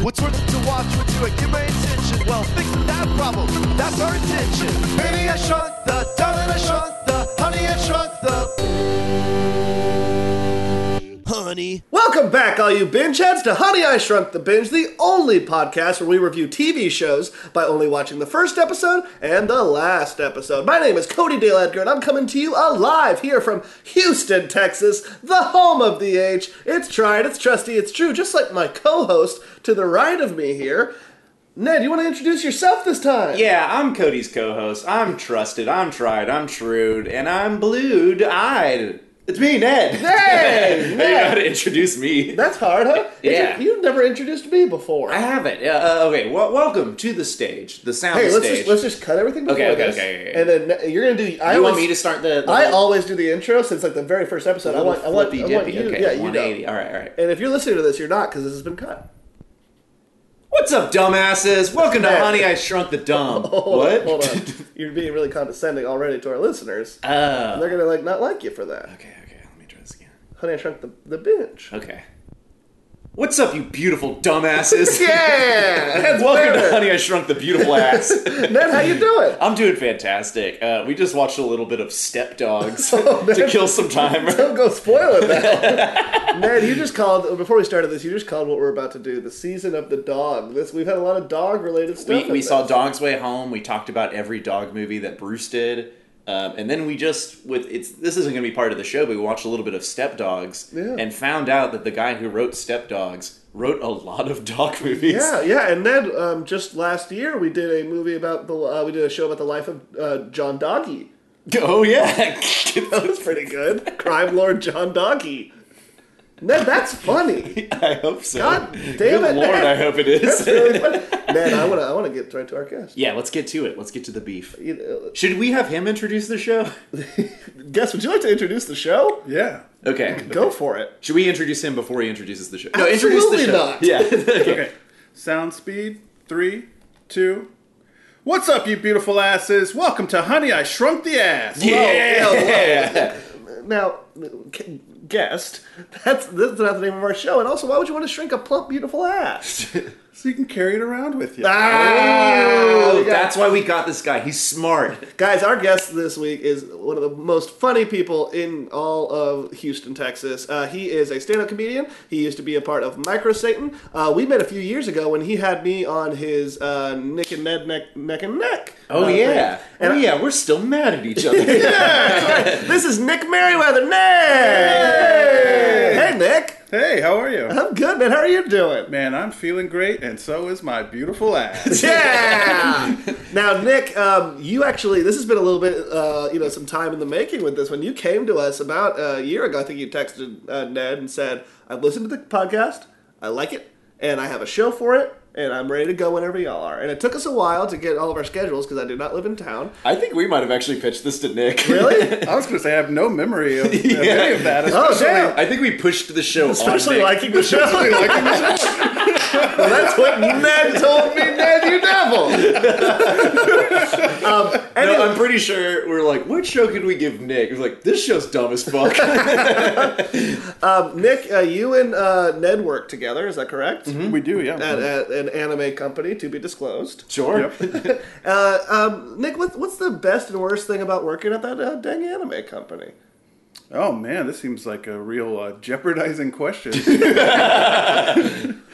What's worth it to watch when you give my attention? Well, fixing that problem, that's our intention. Baby, I shrunk the, darling, I shrunk the, honey, I shrunk the. Honey. Welcome back, all you binge heads, to Honey I Shrunk the Binge, the only podcast where we review TV shows by only watching the first episode and the last episode. My name is Cody Dale Edgar, and I'm coming to you alive here from Houston, Texas, the home of the H. It's tried, it's trusty, it's true, just like my co host to the right of me here. Ned, you want to introduce yourself this time? Yeah, I'm Cody's co-host. I'm trusted. I'm tried. I'm trued, and I'm blued-eyed. It's me, Ned. Hey, you Ned. know how to introduce me? That's hard, huh? Yeah. You, have never introduced me before. I haven't. Yeah, Uh, okay. Well, welcome to the stage, the sound Hey, let's stage. just, let's just cut everything before Okay, okay, this, okay, okay, okay. and then uh, you're gonna do. I you always, want me to start the? the I whole always do the intro since like the very first episode. I want, I want, I flippy want dippy? you. okay, yeah, you 180. know. All right, all right. And if you're listening to this, you're not because this has been cut. What's up, dumbasses? Welcome to Hey. Honey, I Shrunk the Dumb. Hold what? On, hold on. you're being really condescending already to our listeners. Uh, And they're gonna like not like you for that. okay, okay. Let me try this again. Honey, I shrunk the the bench. Okay. What's up, you beautiful dumbasses? Yeah, that's Welcome to better. Honey, I Shrunk the Beautiful Ass. Ned, how you doing? I'm doing fantastic. Uh, we just watched a little bit of Step Dogs Oh, to man. kill some time. Don't go spoil it now. Ned, you just called before we started this. You just called what we're about to do the season of the dog. This we've had a lot of dog related stuff. we in we this. saw Dog's Way Home. We talked about every dog movie that Bruce did, um, and then we just with it's this isn't going to be part of the show, but we watched a little bit of Step Dogs Yeah. and found out that the guy who wrote Step Dogs wrote a lot of dog movies. Yeah, yeah, and then um, just last year we did a movie about the uh, we did a show about the life of uh, John Doggy. Oh yeah. That was pretty good. Crime Lord John Doggy. Ned, that's funny. I hope so. God damn Good it, Lord, man. I hope it is. That's really funny. Ned, I wanna I wanna get right to our guest. yeah, let's get to it. Let's get to the beef. You know, Should we have him introduce the show? guess would you like to introduce the show? Yeah. Okay. Go for it. Should we introduce him before he introduces the show? Absolutely not. Yeah. okay. Okay. Sound speed. Three, two. What's up, you beautiful asses? Welcome to Honey, I Shrunk the Ass. Yeah. Now, c- guest, that's that's not the name of our show. And also, why would you want to shrink a plump, beautiful ass? So you can carry it around with you. Ah, Oh, we got- that's why we got this guy. He's smart. Guys, our guest this week is one of the most funny people in all of Houston, Texas. Uh, he is a stand-up comedian. He used to be a part of Micro Satan. Uh, we met a few years ago when he had me on his uh, Nick and Ned Neck Neck and Neck. Oh uh, yeah. thing. Oh yeah. We're still mad at each other. this is Nick Merriweather. Nick. Hey, Nick. Hey, how are you? I'm good, man. How are you doing? Man, I'm feeling great, and so is my beautiful ass. Yeah. now, Nick, um, you actually this has been a little bit, uh, you know, some time in the making with this one. You came to us about a year ago. I think you texted uh, Ned and said, "I've listened to the podcast. I like it, and I have a show for it." And I'm ready to go whenever y'all are. And it took us a while to get all of our schedules because I do not live in town. I think we might have actually pitched this to Nick. Really? I was going to say, I have no memory of, of any of that. oh, especially- damn. I think we pushed the show. Especially on Nick. liking the show. well, that's what Ned told me, Ned, you devil. um, anyway, No, I'm pretty sure we're like, what show could we give Nick? We're like, this show's dumb as fuck. Um, Nick, uh, you and uh, Ned work together, is that correct? We do, yeah. At, at an anime company to be disclosed. sure. Uh, um, Nick, what, what's the best and worst thing about working at that uh, dang anime company? oh, man, this seems like a real uh, jeopardizing question.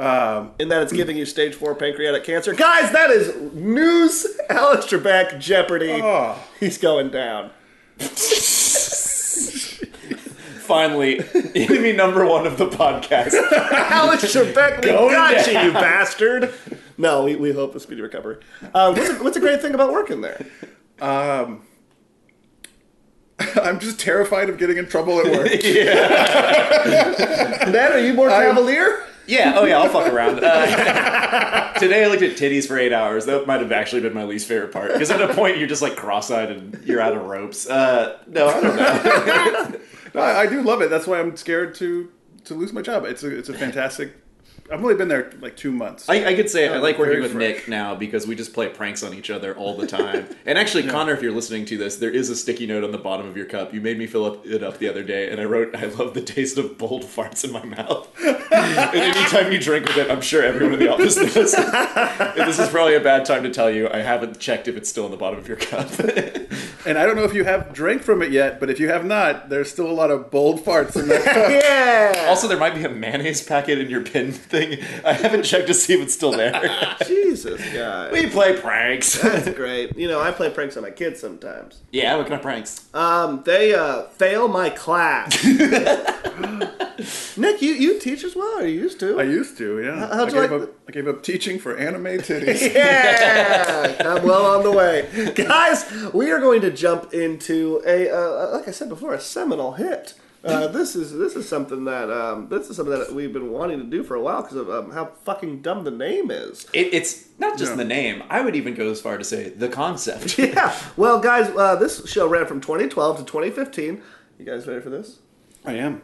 In that it's giving you stage four pancreatic cancer. Guys, that is news. Alex Trebek, Jeopardy. Oh. He's going down. Finally, enemy number one of the podcast. Alex Trebek, we Going got down. you, you bastard. No, we, we hope a speedy recovery. Um, what's, a, what's a great thing about working there? Um, I'm just terrified of getting in trouble at work. Ned, are you more cavalier? Yeah. Oh yeah. I'll fuck around. Uh, today I looked at titties for eight hours. That might have actually been my least favorite part because at a point you're just like cross-eyed and you're out of ropes. Uh, no, I don't know. No, I, I do love it. That's why I'm scared to to lose my job. It's a it's a fantastic I've only been there like two months. I, I could say I Oh, like working very with fresh. Nick now because we just play pranks on each other all the time. and actually, Connor, if you're listening to this, there is a sticky note on the bottom of your cup. You made me fill up, it up the other day, and I wrote, "I love the taste of bold farts in my mouth." and anytime you drink with it, I'm sure everyone in the office knows. and this is probably a bad time to tell you. I haven't checked if it's still on the bottom of your cup. and I don't know if you have drank from it yet, but if you have not, there's still a lot of bold farts in there. Yeah. also, there might be a mayonnaise packet in your pin thing. I haven't checked to see if it's still there. Jesus, God. we play pranks. That's great. You know, I play pranks on my kids sometimes. yeah, what kind of pranks? Um, they uh, fail my class. Nick, you, you teach as well, or you used to? I used to, yeah. how'd I, you gave like up, I gave up teaching for anime titties. Yeah, I'm well on the way, guys. We are going to jump into a, uh, like I said before, a seminal hit. Uh, this is this is something that um, this is something that we've been wanting to do for a while because of um, how fucking dumb the name is. It, it's not just Yeah. the name. I would even go as far to say the concept. Yeah. Well, guys, uh, this show ran from 2012 to 2015. You guys ready for this? I am.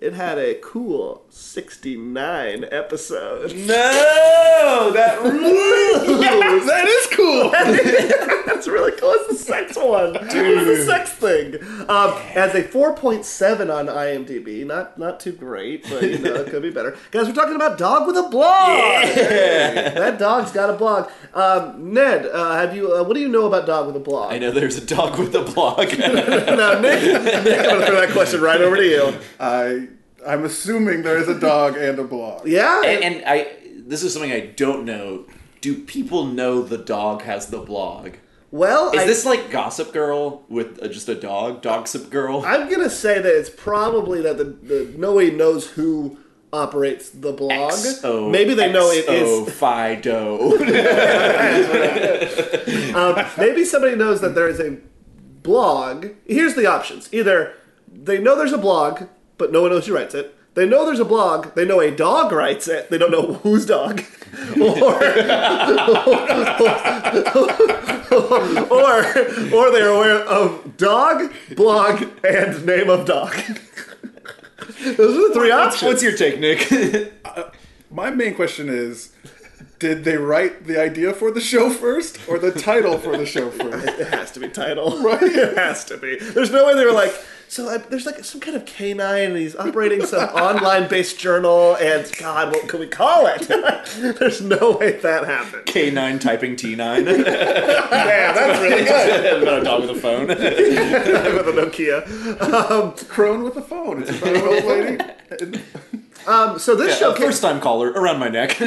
It had a cool 69 episodes. no, that Ooh, that is cool. That's really cool. It's the sex one. It's the sex thing. Um, Has a 4.7 on IMDb. Not not too great, but you know it could be better. Guys, we're talking about dog with a blog. That dog's got a blog. Um, Ned, uh, have you? Uh, what do you know about dog with a blog? I know there's a dog with a blog. now, Nick, Nick, I'm gonna throw that question right over to you. I I'm assuming there is a dog and a blog. Yeah. and, and I this is something I don't know. Do people know the dog has the blog? well, Is I, this like Gossip Girl with uh, just a dog? Dogsip Girl? I'm gonna say that it's probably that the, the nobody knows who operates the blog. XO, Maybe they know it is XO Fido. Um, maybe somebody knows that there is a blog. Here's the options: either they know there's a blog, but no one knows who writes it. They know there's a blog. They know a dog writes it. They don't know whose dog, or or or they are aware of dog, blog, and name of dog. Those are the three options. What's your take, Nick? My main question is did they write the idea for the show first or the title for the show first? It has to be title. Right? It has to be. There's no way they were like, so uh, there's like some kind of canine and he's operating some online based journal and God, what can we call it? there's no way that happened. K9 typing T9. Yeah, that's really good. Not a dog with a phone. With a Nokia. Crone with a phone. It's about an old lady. And Um, so this show A came first time caller around my neck. fuck.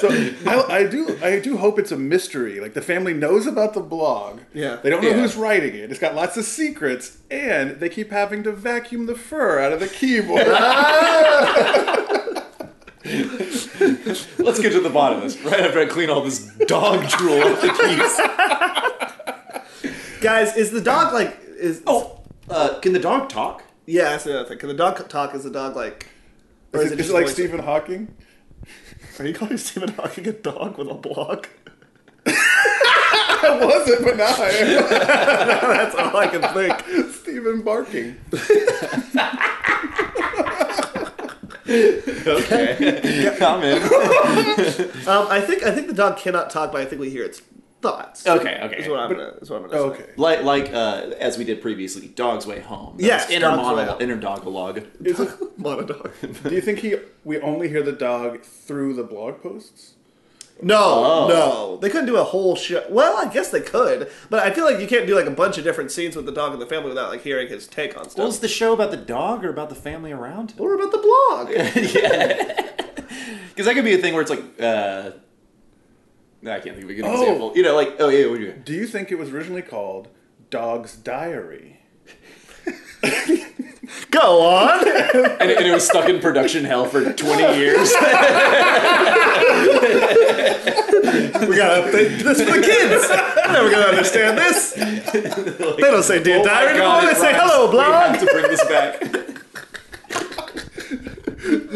So I, I do I do hope it's a mystery. Like the family knows about the blog. Yeah. They don't know Yeah. who's writing it. It's got lots of secrets, and they keep having to vacuum the fur out of the keyboard. Let's get to the bottom of this right after I clean all this dog drool off the keys. Guys, is the dog like is Oh, uh, can the dog talk? Yeah, that's another thing. Can the dog talk? Is the dog like or is it, is it like voice- Stephen Hawking? Are you calling Stephen Hawking a dog with a blog? I wasn't, but now I am. That's all I can think. Stephen barking. Okay, I'm in. Um, I think I think the dog cannot talk, but I think we hear its thoughts. Okay, Is what okay. I'm gonna, is what I'm gonna say. Okay. Like, like uh, as we did previously, Dog's Way Home. That Yes, was inner Dog's Way monologue, Home. inner dogalogue. Is it, Monodog. do you think he? We only hear the dog through the blog posts. No, Oh. no. They couldn't do a whole show. Well, I guess they could, but I feel like you can't do like a bunch of different scenes with the dog and the family without like hearing his take on What stuff. was the show about the dog or about the family around? Or about the blog. Because that could be a thing where it's like, uh, I can't think of a good Oh. example. You know, like, oh yeah, what do you Do you think it was originally called Dog's Diary? Go on. and, it- and it was stuck in production hell for 20 years. we gotta update this for the kids. They're never gonna understand this. They don't say dear Oh my diary God, anymore. They it say rhymes. hello, We blog. have to bring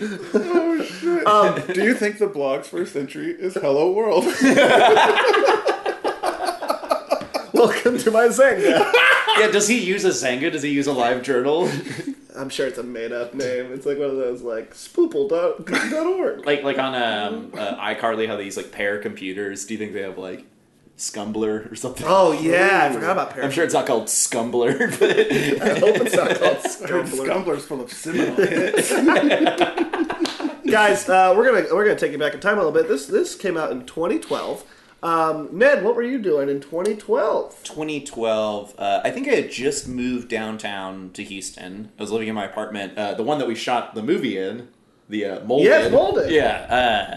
this back. Do you think the blog's first entry is "Hello World"? Welcome to my Zanga. Yeah, does he use a Zanga? Does he use a live journal? I'm sure it's a made up name. It's like one of those like spoople dot dot org. Like like on um, uh, iCarly, how they use like pair computers. Do you think they have like Scumbler or something? Oh yeah, I forgot about Paris. I'm sure it's not called Scumbler, but I hope it's not called Dude, Scumbler. Scumbler's full of seminal hits. Guys, uh, we're gonna we're gonna take you back in time a little bit. This this came out in 2012. Um, Ned, what were you doing in 2012? 2012. Uh, I think I had just moved downtown to Houston. I was living in my apartment, uh, the one that we shot the movie in, the uh, Molded. Yes, Molded. Yeah. Uh,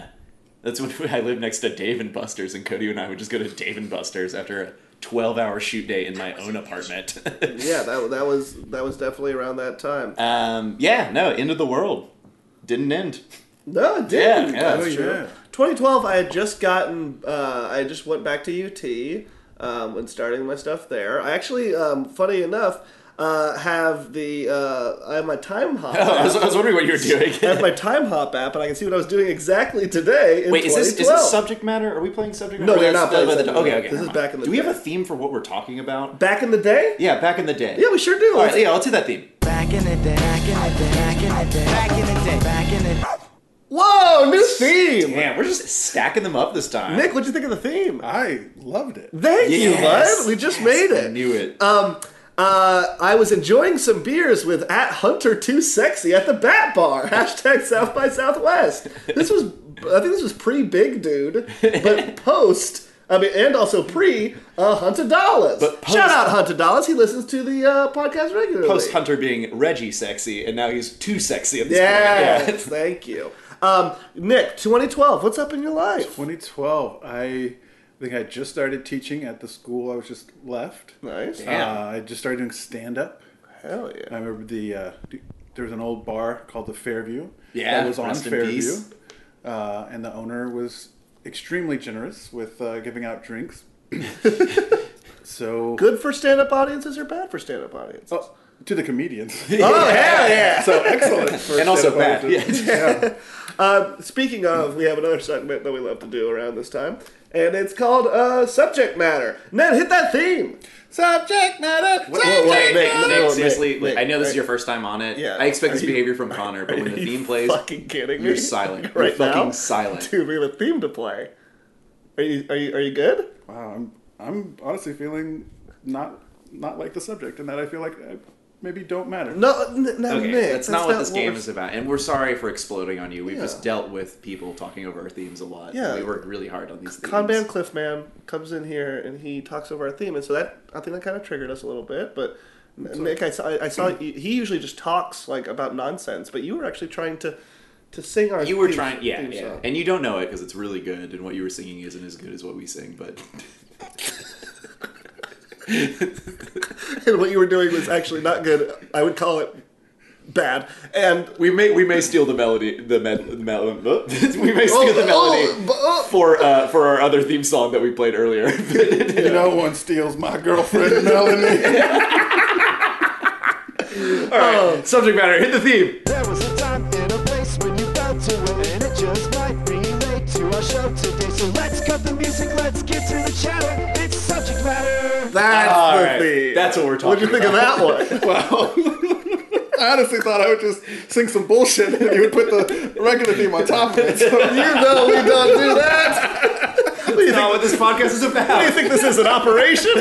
that's when I lived next to Dave and Buster's, and Cody and I would just go to Dave and Buster's after a 12 hour shoot day in my own apartment. Yeah, that that was that was definitely around that time. um, yeah, no, end of the world. Didn't end. No, it did. Yeah, yeah. That's Oh, true. yeah. 2012, I had just gotten, uh, I just went back to UT um, and starting my stuff there. I actually, um, funny enough, uh, have the, uh, I have my time hop. Oh, I, was, app. I was wondering what you were I doing. have my time hop app, and I can see what I was doing exactly today in Wait, is this is 2012. this subject matter? Are we playing subject No, matter? we're That's- not playing that's- subject Okay, matter. okay. This is never mind. back in the Do we have day. a theme for what we're talking about? Back in the day? Yeah, back in the day. Yeah, we sure do. All right, yeah, I'll do that theme. Back in the day, back in the day, back in the day, back in the day, back in the day. Whoa, new theme! Man, we're just stacking them up this time. Nick, what'd you think of the theme? I loved it. Thank Yes, you, bud. We just yes, made it. I knew it. Um, uh, I was enjoying some beers with at Hunter Too Sexy at the Bat Bar. Hashtag South by Southwest. This was, I think this was pre Big Dude, but post. I mean, and also pre uh, Hunter Dollars. But post- Shout out Hunter Dollars. He listens to the uh, podcast regularly. Post Hunter being Reggie sexy, and now he's too sexy at this Yes, point. thank you. Um, Nick, 2012. What's up in your life? 2012. I think I just started teaching at the school I was just left. Nice. Damn. Uh, I just started doing stand up. Hell I yeah. remember the uh, d- there was an old bar called the Fairview. Yeah, that was on rest in Fairview, peace. uh, and the owner was extremely generous with uh, giving out drinks. so Good for stand up audiences or bad for stand up audiences? Oh, to the comedians. Oh, hell yeah. so excellent. for And also stand-up bad, audiences. Yeah. Uh, speaking of, we have another segment that we love to do around this time, and it's called uh, Subject Matter. Ned, hit that theme. Subject matter. whoa, whoa, subject Nick, Nick, matter. Nick, Nick, seriously, Nick, I know this Nick. is your first time on it. Yeah. I expect this Are you- behavior from Connor, but when the Are you theme plays, fucking kidding me? you're silent. Right you're fucking now? silent. Dude, we have a theme to play. Are you are you are you good? Wow, I'm I'm honestly feeling not not like the subject, and that I feel like I maybe don't matter. No, n- no, Okay, Nick. that's, not what this game we're- is about, and we're sorry for exploding on you. We've Yeah. just dealt with people talking over our themes a lot. Yeah. we work really hard on these. Kanban themes. Cliffman comes in here and he talks over our theme, and so that I think that kind of triggered us a little bit. But Nick, I saw, I saw he usually just talks like about nonsense, but you were actually trying to to sing our You were theme- trying, yeah, theme yeah, song. and you don't know it because it's really good, and what you were singing isn't as good as what we sing. But and what you were doing was actually not good. I would call it bad. And we may we may steal the melody, the med, the mel- we may steal Oh, the melody oh, but- oh. for uh, for our other theme song that we played earlier. No one steals my girlfriend Melanie. All right, Oh. subject matter, hit the theme. There was a time and a place when you felt to it, and it just might relate to our show today. So let's cut the music, let's get to the chatter. It's subject matter. that's All the right, theme. that's what we're talking. What'd you think of that one? wow. I honestly thought I would just sing some bullshit and you would put the regular theme on top of it. So you know we don't do that. What do you That's not think? what this podcast is about. I think this is an operation.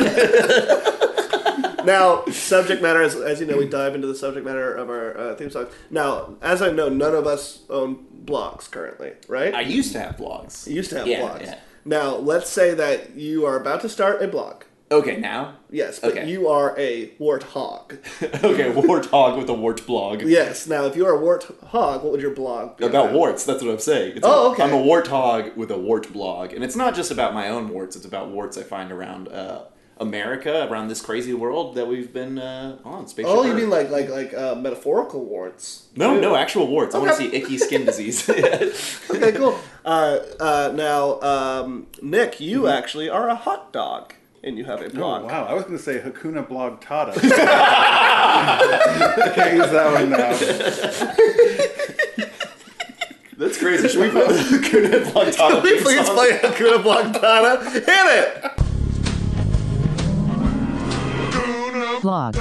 now, subject matter, as, as you know, we dive into the subject matter of our uh, theme songs. Now, as I know, none of us own blogs currently, right? I used to have blogs. You used to have Yeah, blogs. yeah. Now, let's say that you are about to start a blog. Okay, now. Yes, but Okay. you are a warthog. Okay, warthog with a wart blog. Yes. Now, if you are a warthog, what would your blog be About warts, that's what I'm saying. It's Oh, a- okay. I'm a warthog with a wart blog, and it's not just about my own warts. It's about warts I find around uh, America, around this crazy world that we've been uh, on. Spaceship Oh, you Earth. mean like like like uh, metaphorical warts? no, no, actual warts. I want Okay. to see icky skin disease. I Okay, cool. Uh, uh, now, um, Nick, you Mm-hmm. actually are a hot dog, and you have Oh, a blog. wow, I was gonna say Hakuna Blog Tata. Can't use that one now. That's crazy. Should we couldn't have on top of Can we these please songs. play Hakuna Matata? Hit it! blog.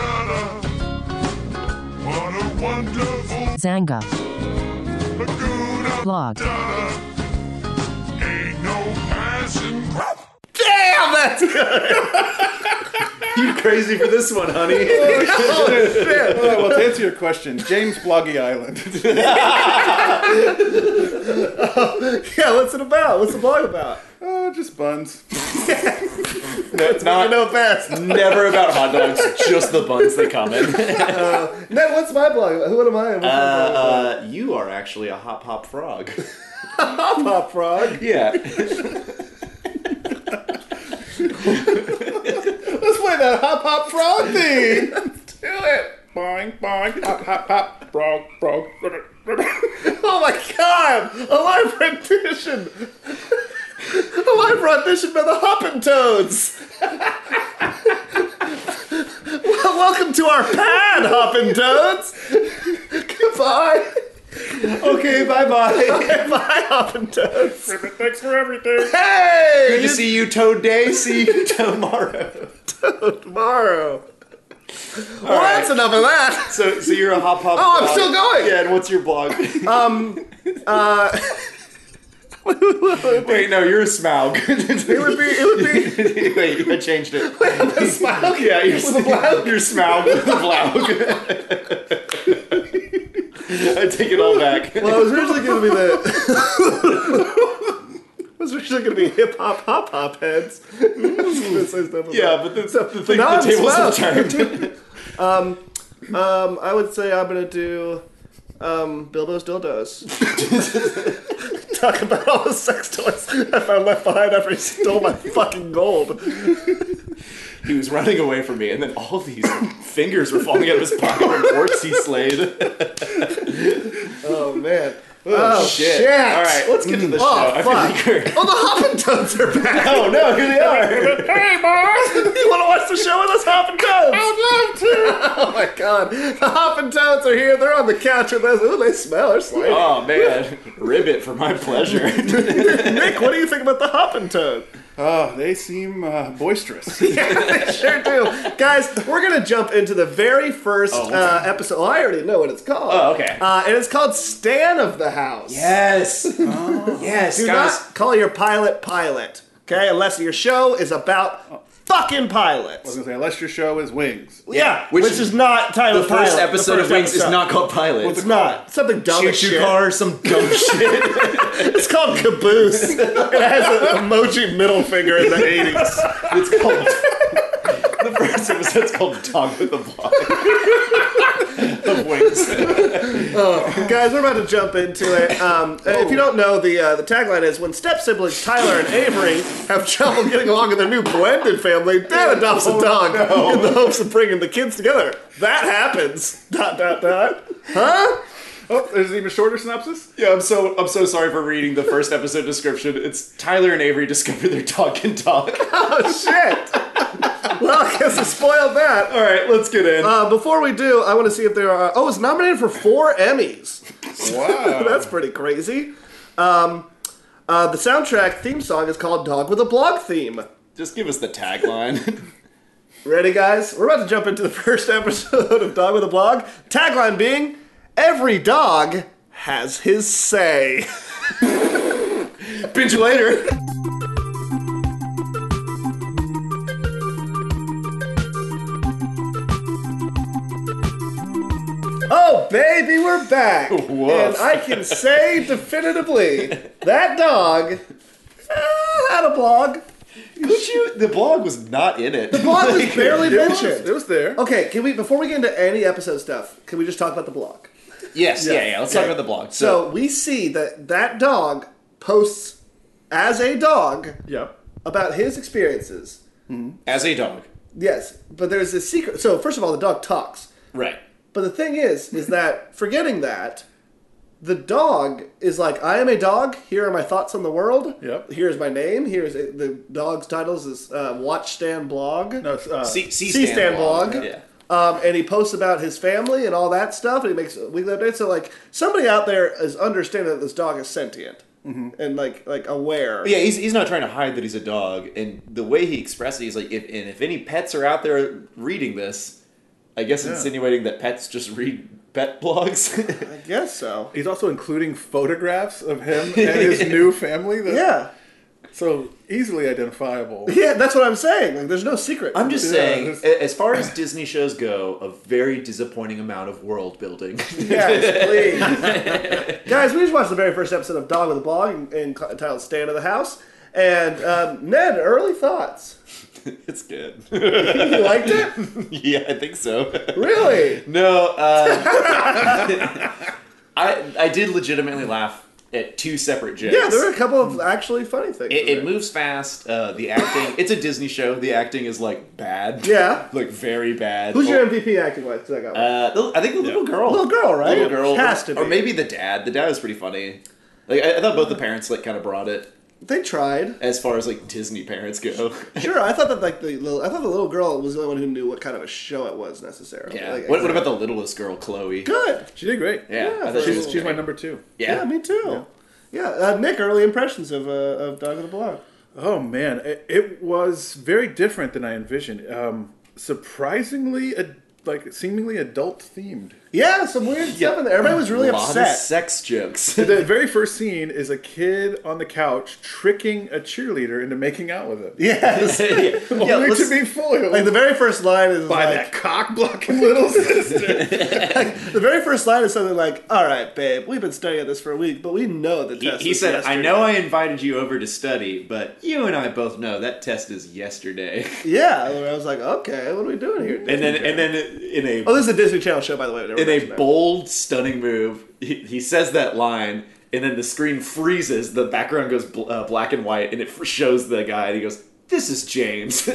What a wonderful Zanga. Laguna Blog. ain't no passing Damn, that's good. You crazy for this one, honey? Oh, well, to answer your question, James Bloggy Island. yeah, what's it about? What's the blog about? oh, just buns. no, it's I not. know best. Never about hot dogs, just the buns that come in. Ned, what's my blog about? Who what am I? What's my blog about? Uh, you are actually a hop hop frog. Pop Frog. yeah. Let's play that hop hop frog thing. Let's do it. Boing boing hop hop hop frog frog. Oh my god! A live rendition! A live rendition by the Hoppin' Toads! well, welcome to our pad, Hoppin' Toads! Goodbye! Okay, bye bye. bye, Hoppin' Toads. Thanks for everything. Hey! Good to see you, Toad Day. See you tomorrow. tomorrow. well, Oh, that's enough of that. So, so you're a hop hop. Oh, I'm frog. still going. Yeah, and what's your blog? Um, uh. Wait, no, you're a Smaug. It would be. It would be. Wait, I changed it. Smaug? Yeah, you're, With a Blaug? you're Smaug with a Blaug. I take it all back. Well, it was originally going to be the. it was originally going to be hip hop hop hop heads. Mm. Yeah, but the, the thing, now I'm the tables have Smaug. turned. Um, I would say I'm going to do um, Bilbo's dildos. Talk about all the sex toys I found left behind after he stole my fucking gold. he was running away from me, and then all these fingers were falling out of his pocket from orcs he slayed. Oh man. Oh, shit. All right, let's get to the Oh, show. I feel like fuck. Oh, the Hoppin' Toads are back. Oh no, here they are. Hey, boys. you want to watch the show with us, Hoppin' Toads? I'd love to. Oh my god. The Hoppin' Toads are here. They're on the couch with us. Ooh, they smell. They're slimy. Oh man, ribbit for my pleasure. Nick, what do you think about the Hoppin' Toad? Oh, they seem uh, boisterous. they sure do. Guys, we're going to jump into the very first Oh. uh, episode. Well, I already know what it's called. Oh, okay. Uh, and it's called Stan of the House. yes, yes, Do Oh. not call your pilot pilot, okay? Unless your show is Oh. about fucking pilots. I was gonna say, unless your show is Wings. Yeah, which which, is- is not titled The Pilot, first the episode first of Wings is episode. not called Pilot. It's not. Something dumb as Choo shit. car, some dumb shit. It's called Caboose. it has an emoji middle finger in the 80s. It's called. the first episode's called Dog with a Blog. of Wings. Guys, we're about to jump into it. Um, if you don't know, the uh, the tagline is when step siblings Tyler and Avery have trouble getting along with their new blended family, dad adopts a dog in the hopes of bringing the kids together. That happens. Dot, dot, dot. Huh? Oh, there's an even shorter synopsis. Yeah, I'm so I'm so sorry for reading the first episode description. It's Tyler and Avery discover their dog can talk. Oh, shit. well, I guess I spoiled that. All right, let's get in. Uh, before we do, I want to see if there are. Oh, it's nominated for four Emmys. Wow. That's pretty crazy. Um, uh, the soundtrack theme song is called Dog with a Blog Theme. Just give us the tagline. Ready, guys? We're about to jump into the first episode of Dog with a Blog. Tagline being Every dog has his say. Binge later. Oh, baby, we're back. Woof. And I can say definitively that dog uh, had a blog. Could you? The blog was not in it. The Blog was barely mentioned. It was there. Okay, can we before we get into any episode stuff, can we just talk about the blog? Yes, yeah, yeah. Let's talk about the blog. So we see that that dog posts as a dog Yep. about his experiences. as a dog, Yes, but there's this secret. So first of all, the dog talks. right? But the thing is, is that forgetting that, the dog is like, I am a dog. Here are my thoughts on the world. Yep. Here's my name. Here's the dog's titles is uh, Watch Stand Blog. No, it's, uh, C C C stand blog. Yeah. Um, and he posts about his family and all that stuff, and he makes weekly updates. So like somebody out there is understanding that this dog is sentient and like like aware. Yeah, he's, he's not trying to hide that he's a dog, and the way he expressed it, he's like, if and if any pets are out there reading this, I guess insinuating that pets just read pet blogs. I guess so. He's also including photographs of him and his new family. That, Yeah. So easily identifiable. Yeah, that's what I'm saying. Like, there's no secret. I'm just Yeah, saying, that's- a- as far as Disney shows go, a very disappointing amount of world building. Yes, please. Guys, we just watched the very first episode of Dog with the Blog in- in- entitled Stay Out of the House. And um, Ned, early thoughts. it's good. You liked it? yeah, I think so. Really? No, um, I I did legitimately laugh at two separate jokes. Yeah, there were a couple of actually funny things. It, in it there. moves fast. Uh, the acting, it's a Disney show. The acting is like bad. Yeah. like very bad. Who's Oh, your MVP acting wise? 'Cause I got one. Uh, the- I think the little girl. Little girl, right? Little girl. Has to Or be. maybe the dad. The dad was pretty funny. Like I, I thought both the parents like kind of brought it they tried. as far as like Disney parents go. Sure, I thought that like the little, I thought the little girl was the only one who knew what kind of a show it was necessarily. yeah. Like, what, what about the littlest girl, Chloe? good? She did great. Yeah, I Yeah, thought she for- was She's, she's my great. number two. Yeah, me too. Yeah, uh, Nick, early impressions of uh, of Dog of the Blog. Oh man, it, it was very different than I envisioned. Um, surprisingly, ad- like seemingly adult themed. Yeah, some weird stuff in there. Everybody was really a lot of upset. sex jokes. The very first scene is a kid on the couch tricking a cheerleader into making out with him. Yes. yeah, Yeah, only to let's- be foiled Like the very first line is by like, that cock blocking little sister. the very first line is something like, "All right, babe, we've been studying this for a week, but we know the He, test." he is said, yesterday." "I know I invited you over to study, but you and I both know that test is yesterday." Yeah, and I was like, "Okay, what are we doing here?" Disney And then, Channel?" and then, in a oh, this is a Disney Channel show, by the way. in a bold, stunning move, he, he says that line, and then the screen freezes. The background goes bl- uh, black and white, and it f- shows the guy, and he goes, "This is James." to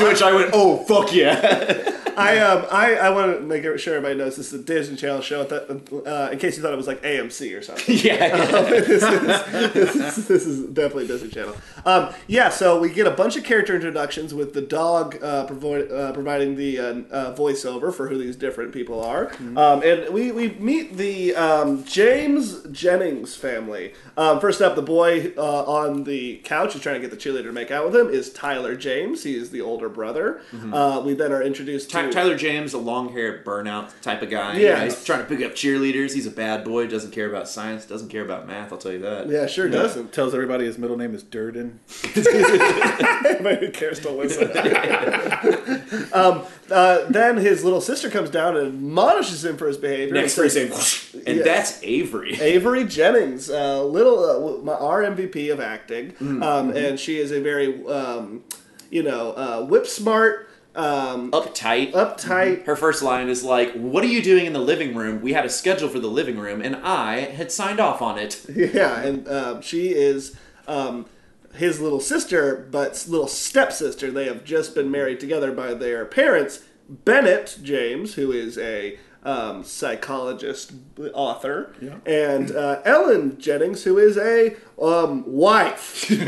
which I went, "Oh fuck yeah!" I um, I, I want to make sure everybody knows this is a Disney Channel show. I thought- uh, in case you thought it was like AMC or something. yeah, this, is, this, is, this is definitely Disney Channel. Um, yeah, so we get a bunch of character introductions with the dog uh, provo- uh, providing the uh, uh, voiceover for who these different people are. Um, and we, we meet the um, James Jennings family. Um, first up, the boy uh, on the couch who's trying to get the cheerleader to make out with him is Tyler James. He is the older brother. Uh, we then are introduced Ty- to. Tyler James, a long-haired burnout type of guy. Yeah. he's trying to pick up cheerleaders. He's a bad boy. Doesn't care about science. Doesn't care about math. I'll tell you that. Yeah, sure doesn't. Tells everybody his middle name is Durden. Everybody who cares to listen. Uh, then his little sister comes down and admonishes him for his behavior. Next and phrase, says, and Yeah. that's Avery. Avery Jennings, uh, little uh, w- my, our MVP of acting, um, and she is a very, um, you know, uh, whip smart, um, Uptight. uptight. Her first line is like, "What are you doing in the living room? We had a schedule for the living room, and I had signed off on it." Yeah, and um, she is um, his little sister, but s- little stepsister. They have just been married together by their parents. Bennett James, who is a um, psychologist author, and uh, Ellen Jennings, who is a um, wife. it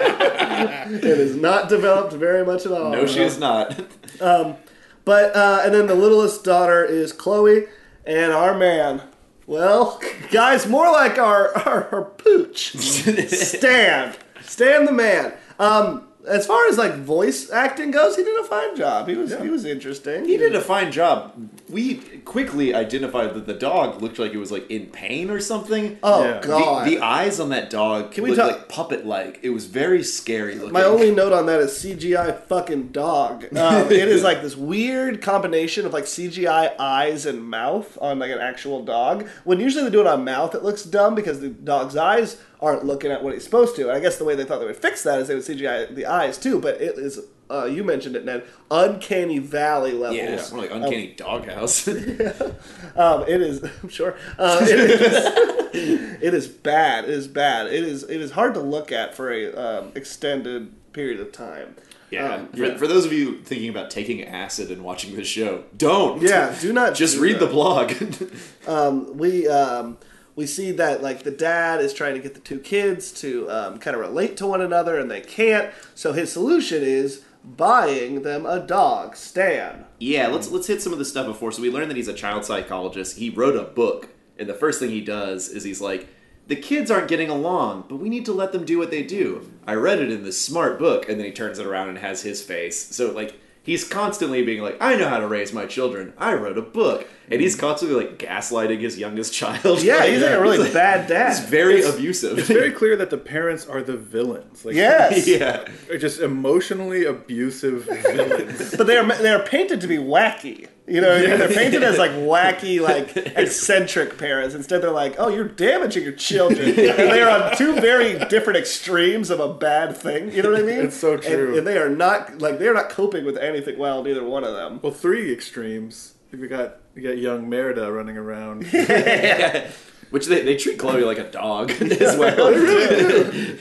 is not developed very much at all. No, she is not. But uh, and then the littlest daughter is Chloe, and our man. Well, guys, more like our our, our pooch, Stan. Stan the man. Um, as far as like voice acting goes, he did a fine job. He was he was interesting. He did a fine job. We quickly identified that the dog looked like it was like in pain or something. Oh Yeah. The- God. The, the eyes on that dog Can we looked talk- like puppet like. It was very scary looking. My only note on that is CGI fucking dog. Um, it is like this weird combination of like CGI eyes and mouth on like an actual dog. When usually they do it on mouth, it looks dumb because the dog's eyes aren't looking at what he's supposed to. And I guess the way they thought they would fix that is they would CGI the eyes too. But it is, uh, you mentioned it, Ned, uncanny valley levels. yeah, it's more like uncanny Oh. doghouse. Um, it is, I'm sure. Uh, it, is, it is bad. It is bad. It is. It is hard to look at for a um, extended period of time. yeah. Um, For, for those of you thinking about taking acid and watching this show, don't. Yeah, do not Just do read that. the blog. we um, we see that like the dad is trying to get the two kids to um, kind of relate to one another and they can't so his solution is buying them a dog stan Yeah, let's let's hit some of the stuff before. So we learned that he's a child psychologist. He wrote a book, and the first thing he does is he's like, "The kids aren't getting along, but we need to let them do what they do." I read it in this smart book, and then he turns it around and has his face. So like, He's constantly being like, I know how to raise my children. I wrote a book. And he's constantly like gaslighting his youngest child. Yeah, Like, he's like a really like- bad dad. It's very abusive. It's very clear that the parents are the villains. Like, Yes. yeah. they're just emotionally abusive villains. but they are they are painted to be wacky. You know, what I mean? they're painted as like wacky, like eccentric parents. Instead, they're like, "Oh, you're damaging your children." and they are on two very different extremes of a bad thing. You know what I mean? It's so And- true. And, they are not like they are not coping with anything well. Neither one of them. well, three extremes. We got we got young Merida running around. Which they, they treat Chloe like a dog as well. They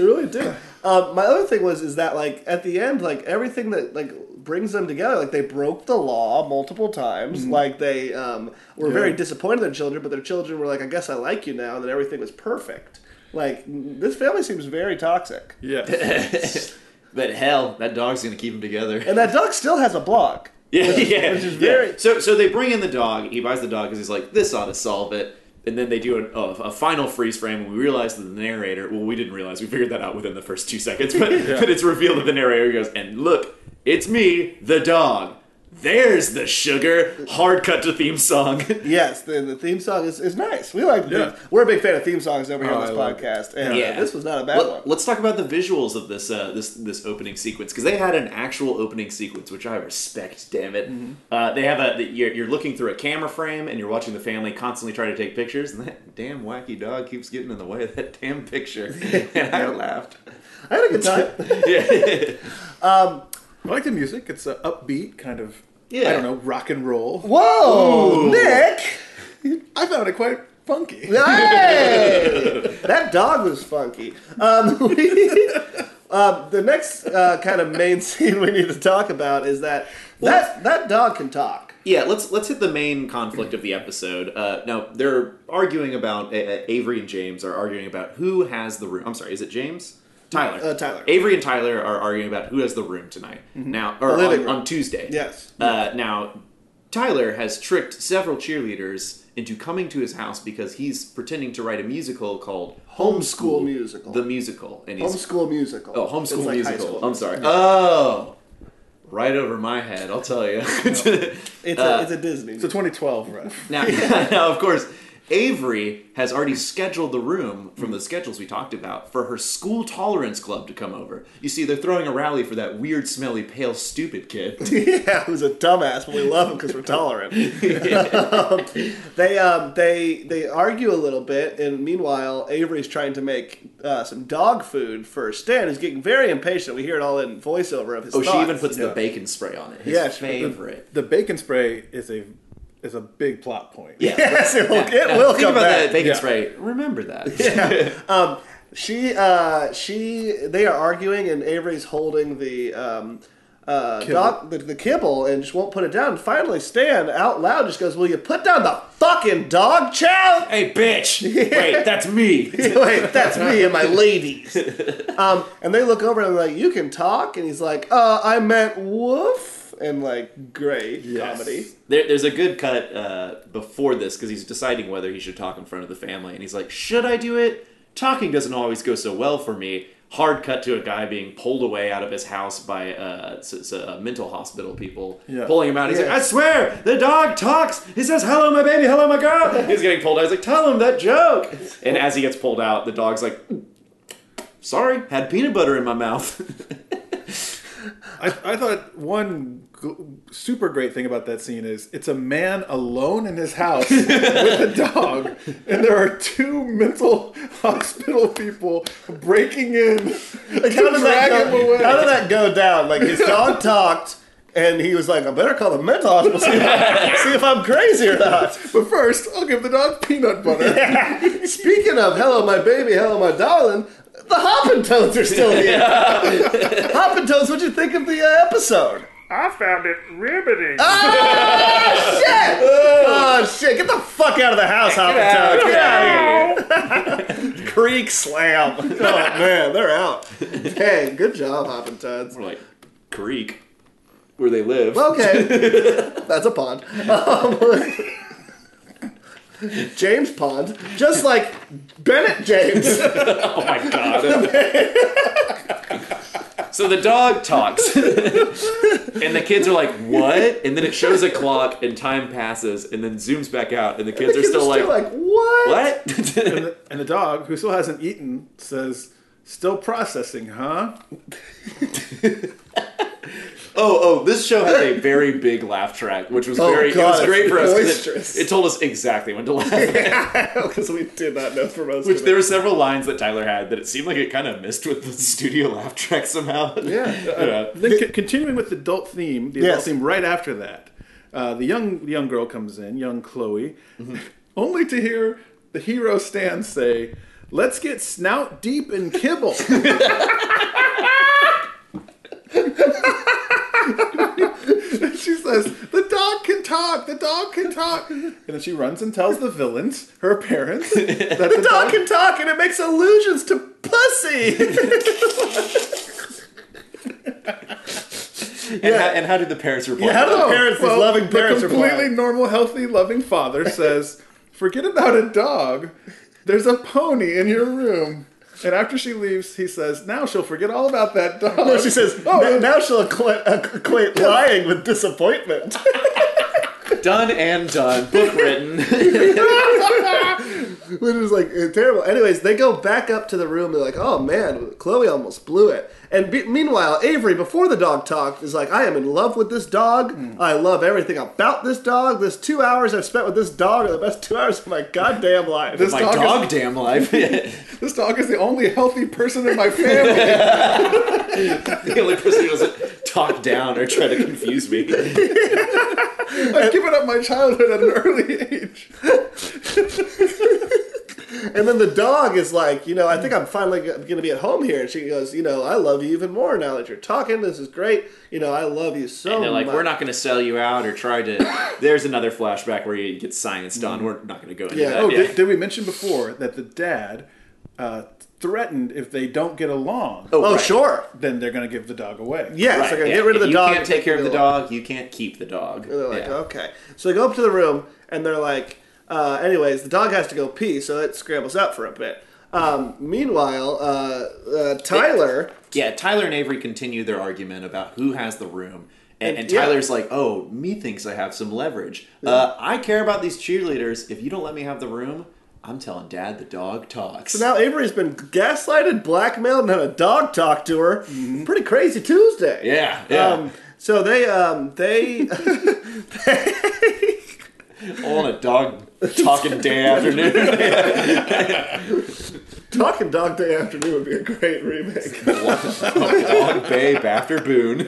really do. Um, my other thing was is that like at the end, like everything that like brings them together, like they broke the law multiple times. Mm-hmm. Like they um, were very disappointed in their children, but their children were like, "I guess I like you now," and then everything was perfect. Like this family seems very toxic, Yeah. but hell, that dog's gonna keep him together. and that dog still has a blog. Yeah, yeah. which is yeah. very- So, so they bring in the dog. He buys the dog because he's like, this ought to solve it. And then they do an, oh, a final freeze frame, and we realize that the narrator. Well, we didn't realize. We figured that out within the first two seconds, but, but it's revealed that the narrator goes, "And look, it's me, the dog. There's the sugar." Hard cut to theme song. Yes, the, the theme song is, is nice. We like the Yeah. theme- we're a big fan of theme songs over here Oh, on this I love it. podcast, and uh, this was not a bad Let- one. Let's talk about the visuals of this uh, this this opening sequence because they had an actual opening sequence, which I respect. Damn it, Mm-hmm. uh, they have a the, you're, you're looking through a camera frame and you're watching the family constantly trying to take pictures, and that damn wacky dog keeps getting in the way of that damn picture, and I laughed. I had a good time. I like the music. It's a upbeat kind of. Yeah. I don't know, rock and roll. Whoa, Nick! I found it quite funky. Hey! that dog was funky. Um, we- um, the next uh, kind of main scene we need to talk about is that that that dog can talk. Yeah, let's let's hit the main conflict of the episode. Uh, now they're arguing about uh, uh, Avery and James are arguing about who has the room. I'm sorry, is it James? Tyler. Uh, Tyler. Mm-hmm. Avery and Tyler are arguing about who has the room tonight. Now The or living on, room. on Tuesday. Yes. Uh, now Tyler has tricked several cheerleaders into coming to his house because he's pretending to write a musical called Homeschool musical. The musical, and he's Homeschool musical. Oh, homeschool It's like high musical. school. I'm sorry. Oh, right over my head. I'll tell you. It's, uh, a, it's a Disney. It's a 2012 run. Now, now, of course, Avery has already scheduled the room from the schedules we talked about for her school tolerance club to come over. You see, they're throwing a rally for that weird, smelly, pale, stupid kid. yeah, who's a dumbass, but we love him because we're tolerant. Um, they um, they they argue a little bit, and meanwhile, Avery's trying to make uh, some dog food for Stan, who's getting very impatient. We hear it all in voiceover of his. oh, she even thoughts. puts the Yeah. bacon spray on it. His Yeah, she put the- favorite. The bacon spray is a is a big plot point. Yeah. Yes, it will, it Now, will think come about back. that bacon Yeah. spray. Remember that. She, uh, she, they are arguing, and Avery's holding the um, uh, dog, the, the kibble, and just won't put it down. Finally, Stan out loud just goes, "Will you put down the fucking dog, chow?" Hey, bitch! Wait, that's me. Wait, that's me and my ladies. Um, and they look over and they're like, "You can talk," and he's like, "Uh, I meant woof," and like, great Yes. comedy. There, there's a good cut uh, before this because he's deciding whether he should talk in front of the family, and he's like, "Should I do it? Talking doesn't always go so well for me." Hard cut to a guy being pulled away out of his house by uh, s- s- uh, mental hospital people Yeah. pulling him out. He's Yeah. like, "I swear, the dog talks. He says, hello, my baby, hello, my girl.'" he's getting pulled out. He's like, "Tell him that joke." And as he gets pulled out, the dog's like, "Sorry, had peanut butter in my mouth." I, I thought one g- super great thing about that scene is it's a man alone in his house with a dog, and there are two mental hospital people breaking in Like, to how did that drag him go? away. How did that go down? Like his dog talked, and he was like, "I better call the mental hospital see if, I, see if I'm crazy or not." But first, I'll give the dog peanut butter. Speaking of, hello, my baby, hello, my darling. The Hoppin' Toads are still here. Hoppin' Toads, what'd you think of the uh, episode? I found it riveting. Ah, Shit! Oh shit! Get the fuck out of the house, Hoppin' Toads. Get out of here. Creek slam. oh man, they're out. Hey, good job, Hoppin' Toads. We're like, "Greek, where they live." Okay, that's a pond. Um, James Pond, just like Bennett James. oh my god. So the dog talks. and the kids are like, what? And then it shows a clock and time passes and then zooms back out and the kids are Kids still like, what? what? And the dog, who still hasn't eaten, says, "Still processing, huh?" Oh, oh, this show Had a very big laugh track, which was very it God, was great for us. 'cause it- boisterous. It, told us exactly when to laugh. Because we did not know for most Which of it. there were several lines that Tyler had that it seemed like it kind of missed with the studio laugh track somehow. Yeah. Then c- continuing with the adult theme, the Yes. adult theme right after that, uh, the young the young girl comes in, young Chloe, Mm-hmm. only to hear the hero Stan say, "Let's get snout deep and kibble." And she says, "The dog can talk. The dog can talk." And then she runs and tells the villains, her parents, that the, Dog can talk and it makes allusions to pussy. And, How, and how did the parents reply? Yeah, how did the Oh, parents, these loving parents, the are blind. completely normal, healthy, loving father says, "Forget about a dog. There's a pony in your room." And after she leaves, he says, "Now she'll forget all about that dog." No, she says, "Oh, "N- now she'll equa- equate lying with disappointment. Done and done. Book written. Which is like eh, terrible. Anyways, they go back up to the room. They're like, oh man, Chloe almost blew it. And be- meanwhile, Avery, before the dog talked, is like, I am in love with this dog. I love everything about this dog. This two hours I've spent with this dog are the best two hours of my goddamn life. This My dog is- dog damn life. the this dog is the only healthy person in my family. only person who doesn't talk down or try to confuse me. I've given up my childhood at an early age. And then the dog is like, you know, I think I'm finally going to be at home here. And she goes, you know, I love you even more now that you're talking. This is great. You know, I love you so And they're like, much. we're not going to sell you out or try to. There's another flashback where you get silenced on. We're not going to go into Mm-hmm. Yeah. that. Oh, yeah. did, did we mention before that the dad uh, threatened if they don't get along, Oh, sure. then they're going to give the dog away? Yeah, Right, so they're gonna yeah. get rid of If the dog. You can't take care of the They're dog. You can't keep the dog. like- They're like, Yeah. okay. So they go up to the room and they're like, uh, anyways, the dog has to go pee, so it scrambles up for a bit. Um, meanwhile, uh, uh, Tyler, Yeah, Tyler and Avery continue their argument about who has the room. And, and And- yeah. Tyler's like, oh, me thinks I have some leverage. Uh, I care about these cheerleaders. If you don't let me have the room, I'm telling dad the dog talks. now Avery's been gaslighted, blackmailed, and had a dog talk to her. Pretty crazy Tuesday. Mm-hmm. yeah, yeah. Um, so they, um, they, All in a dog talking day afternoon. Talking Dog Day Afternoon would be a great remake. dog babe after Boone.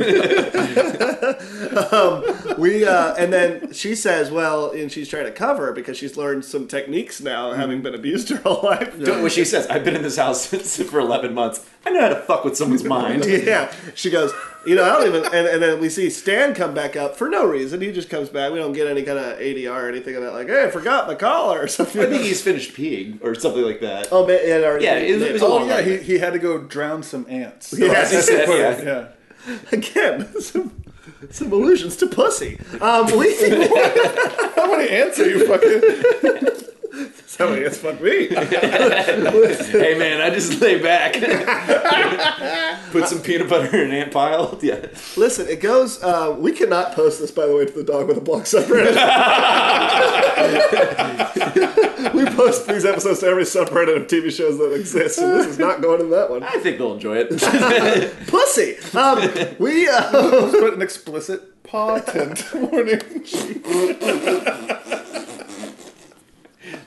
We uh, and then she says, "Well," and she's trying to cover because she's learned some techniques now, having been abused her whole life. Don't- what she says, I've been in this house since for 11 months. I know how to fuck with someone's mind. Yeah, she goes, you know, I don't even. And, and then we see Stan come back up for no reason. He just comes back. We don't get any kind of ADR or anything of that. Like, hey, I forgot my collar or I think something. he's finished peeing or something like that. Oh man, it already Yeah, it was- it was a oh, long- Oh, yeah, he, he had to go drown some ants. yes. Yeah. yeah. again, some, some allusions to pussy. Um, we. I want to answer you, fucking. Somebody has fucked me. Hey man, I just lay back, put some peanut butter in an ant pile. Yeah, Listen, it goes. Uh, we cannot post this, by the way, to the dog with a block subreddit. we post these episodes to every subreddit of TV shows that exist, and this is not going to that one. I think they'll enjoy it. Pussy. Um, we. Uh, Let's put an explicit patent warning.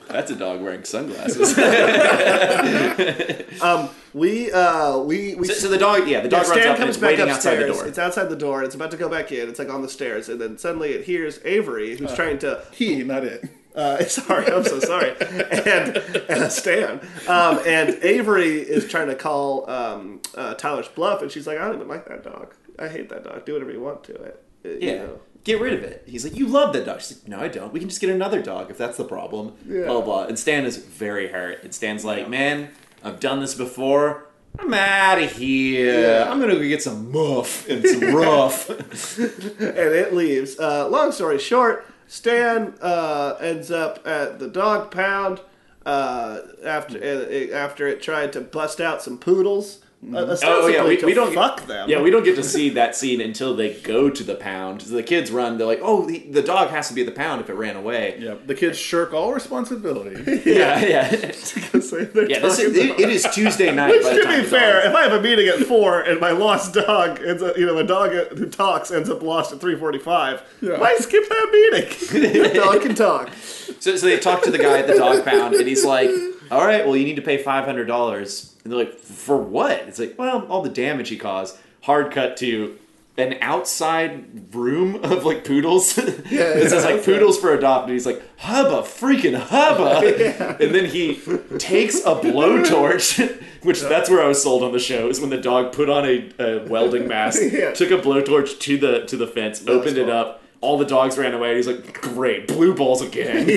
That's a dog wearing sunglasses. we. Uh, we. We. so, so the dog, yeah, the dog runs Stan up and comes it's back waiting outside the upstairs. door. It's outside the door. and It's about to go back in. It's like on the stairs, and then suddenly it hears Avery, Uh. who's trying to He, not it. Uh, sorry, I'm so sorry. And uh, Stan um, and Avery is trying to call um, uh, Tyler's bluff, and she's like, "I don't even like that dog. I hate that dog. Do whatever you want to it." Uh, you yeah, know. get rid of it. He's like, you love that dog. She's like, no, I don't. We can just get another dog if that's the problem. Yeah. Blah blah. And Stan is very hurt. And Stan's like, man, I've done this before. I'm out of here. Yeah. I'm gonna go get some muff and some rough. And it leaves. Uh, long story short, Stan uh, ends up at the Mm-hmm. dog pound uh, after uh, after it tried to bust out some poodles. Oh yeah, we, we don't fuck them. Yeah, we don't get to see that scene until they go to the pound. The kids run. They're like, "Oh, the, the dog has to be at the pound if it ran away." Yeah, the kids shirk all responsibility. Yeah, yeah, Because they- they're yeah. this is, talking it, about- it is Tuesday night. by the Which, to time be the fair, dog- if I have a meeting at four and my lost dog ends up, you know, a dog uh, who talks ends up lost at three forty-five, Yeah. why skip that meeting? Your dog can talk. so, so they talk to the guy at the dog pound, and he's like, "All right, well, you need to pay five hundred dollars." And they're like, "For what?" It's like, "Well, all the damage he caused." Hard cut to an outside room of like poodles. it says like poodles for adopt, and he's like, "Hubba, freaking hubba!" And then he takes a blowtorch, which that's where I was sold on the show is when the dog put on a, a welding mask, Yeah. took a blowtorch to the to the fence, opened it cool. up. All the dogs ran away, and he's like, "Great, blue balls again."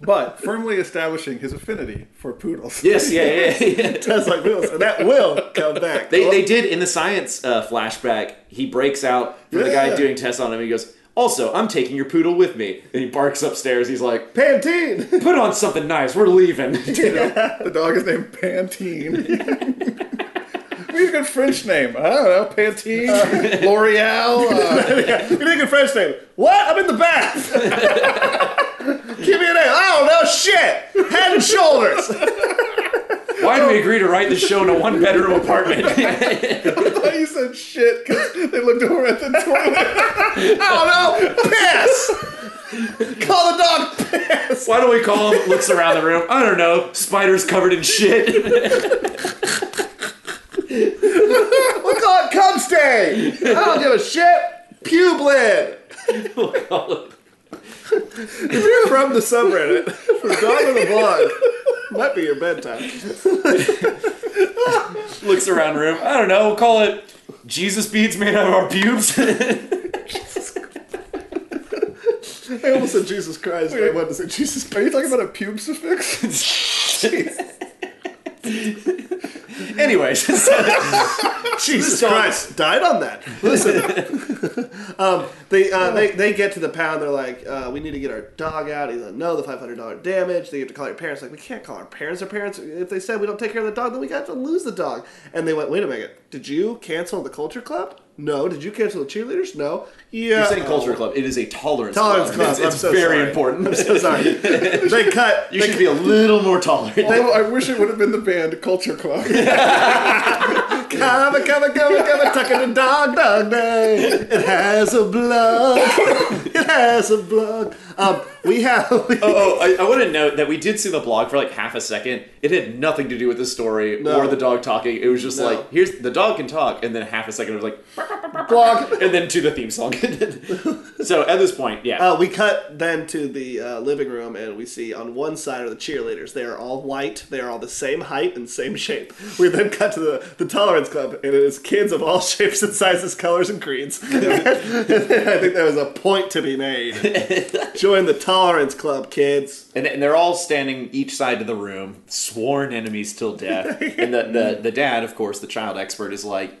but firmly establishing his affinity for poodles. Yes, yeah, yeah. yeah. That's like wheels, and that will come back. they, they did in the science uh, flashback. He breaks out from the guy Yeah. doing tests on him. He goes, "Also, I'm taking your poodle with me." And he barks upstairs. He's like, Pantene. "Put on something nice. We're leaving." The dog is named Pantene. Maybe a good French name. I don't know. Pantene, L'Oreal. Uh, You think in French name? What? I'm in the bath. Give me a name. I don't know shit. Head and shoulders. Why do we agree to write this show in a one-bedroom apartment? I thought you said shit because they looked over at the toilet. I don't know. Oh, Piss. Call the dog. Why do we call him? Looks around the room. I don't know. Spiders covered in shit. We'll call it cum stain. I don't give a shit. Publin. If you're from the subreddit, from Dog of the Blog, might be your bedtime. Looks around the room. I don't know. We'll call it Jesus beads made out of our pubes. I almost said Jesus Christ. I wanted to say Jesus Are you talking about a pube suffix? Anyways, so- Jesus Christ died on that. Listen, um, they, uh, they they get to the pound. They're like, uh, we need to get our dog out. He's like, no, the five hundred dollar damage. They have to call your parents. Like, we can't call our parents. Our parents, if they said we don't take care of the dog, then we got to lose the dog. And they went, wait a minute, did you cancel the culture club? No. Did you cancel the cheerleaders? No. Yeah. You're saying culture club. It is a tolerance, Tolerance club. It's, I'm it's so very sorry. important. I'm so sorry. they cut. You should be a little more tolerant. Although I wish it would have been the band Culture Club. Cover, cover, cover, cover, tucking the dog, dog day. It has a blog. it has a blog. Um, we have. oh, I, I want to note that we did see the blog for like half a second. It had nothing to do with the story No. or the dog talking. It was just No. like, here's the dog can talk, and then half a second it was like, blog. and then to the theme song. so at this point, yeah, Uh, we cut then to the uh, living room, and we see on one side are the cheerleaders. They are all white. They are all the same height and same shape. We then cut to the, the tolerance club, and it is kids of all shapes and sizes, colors, and creeds. I think there was a point to be made. Join the tolerance club, kids. and, and they're all standing each side of the room, sworn enemies till death. and the, the the dad, of course, the child expert, is like,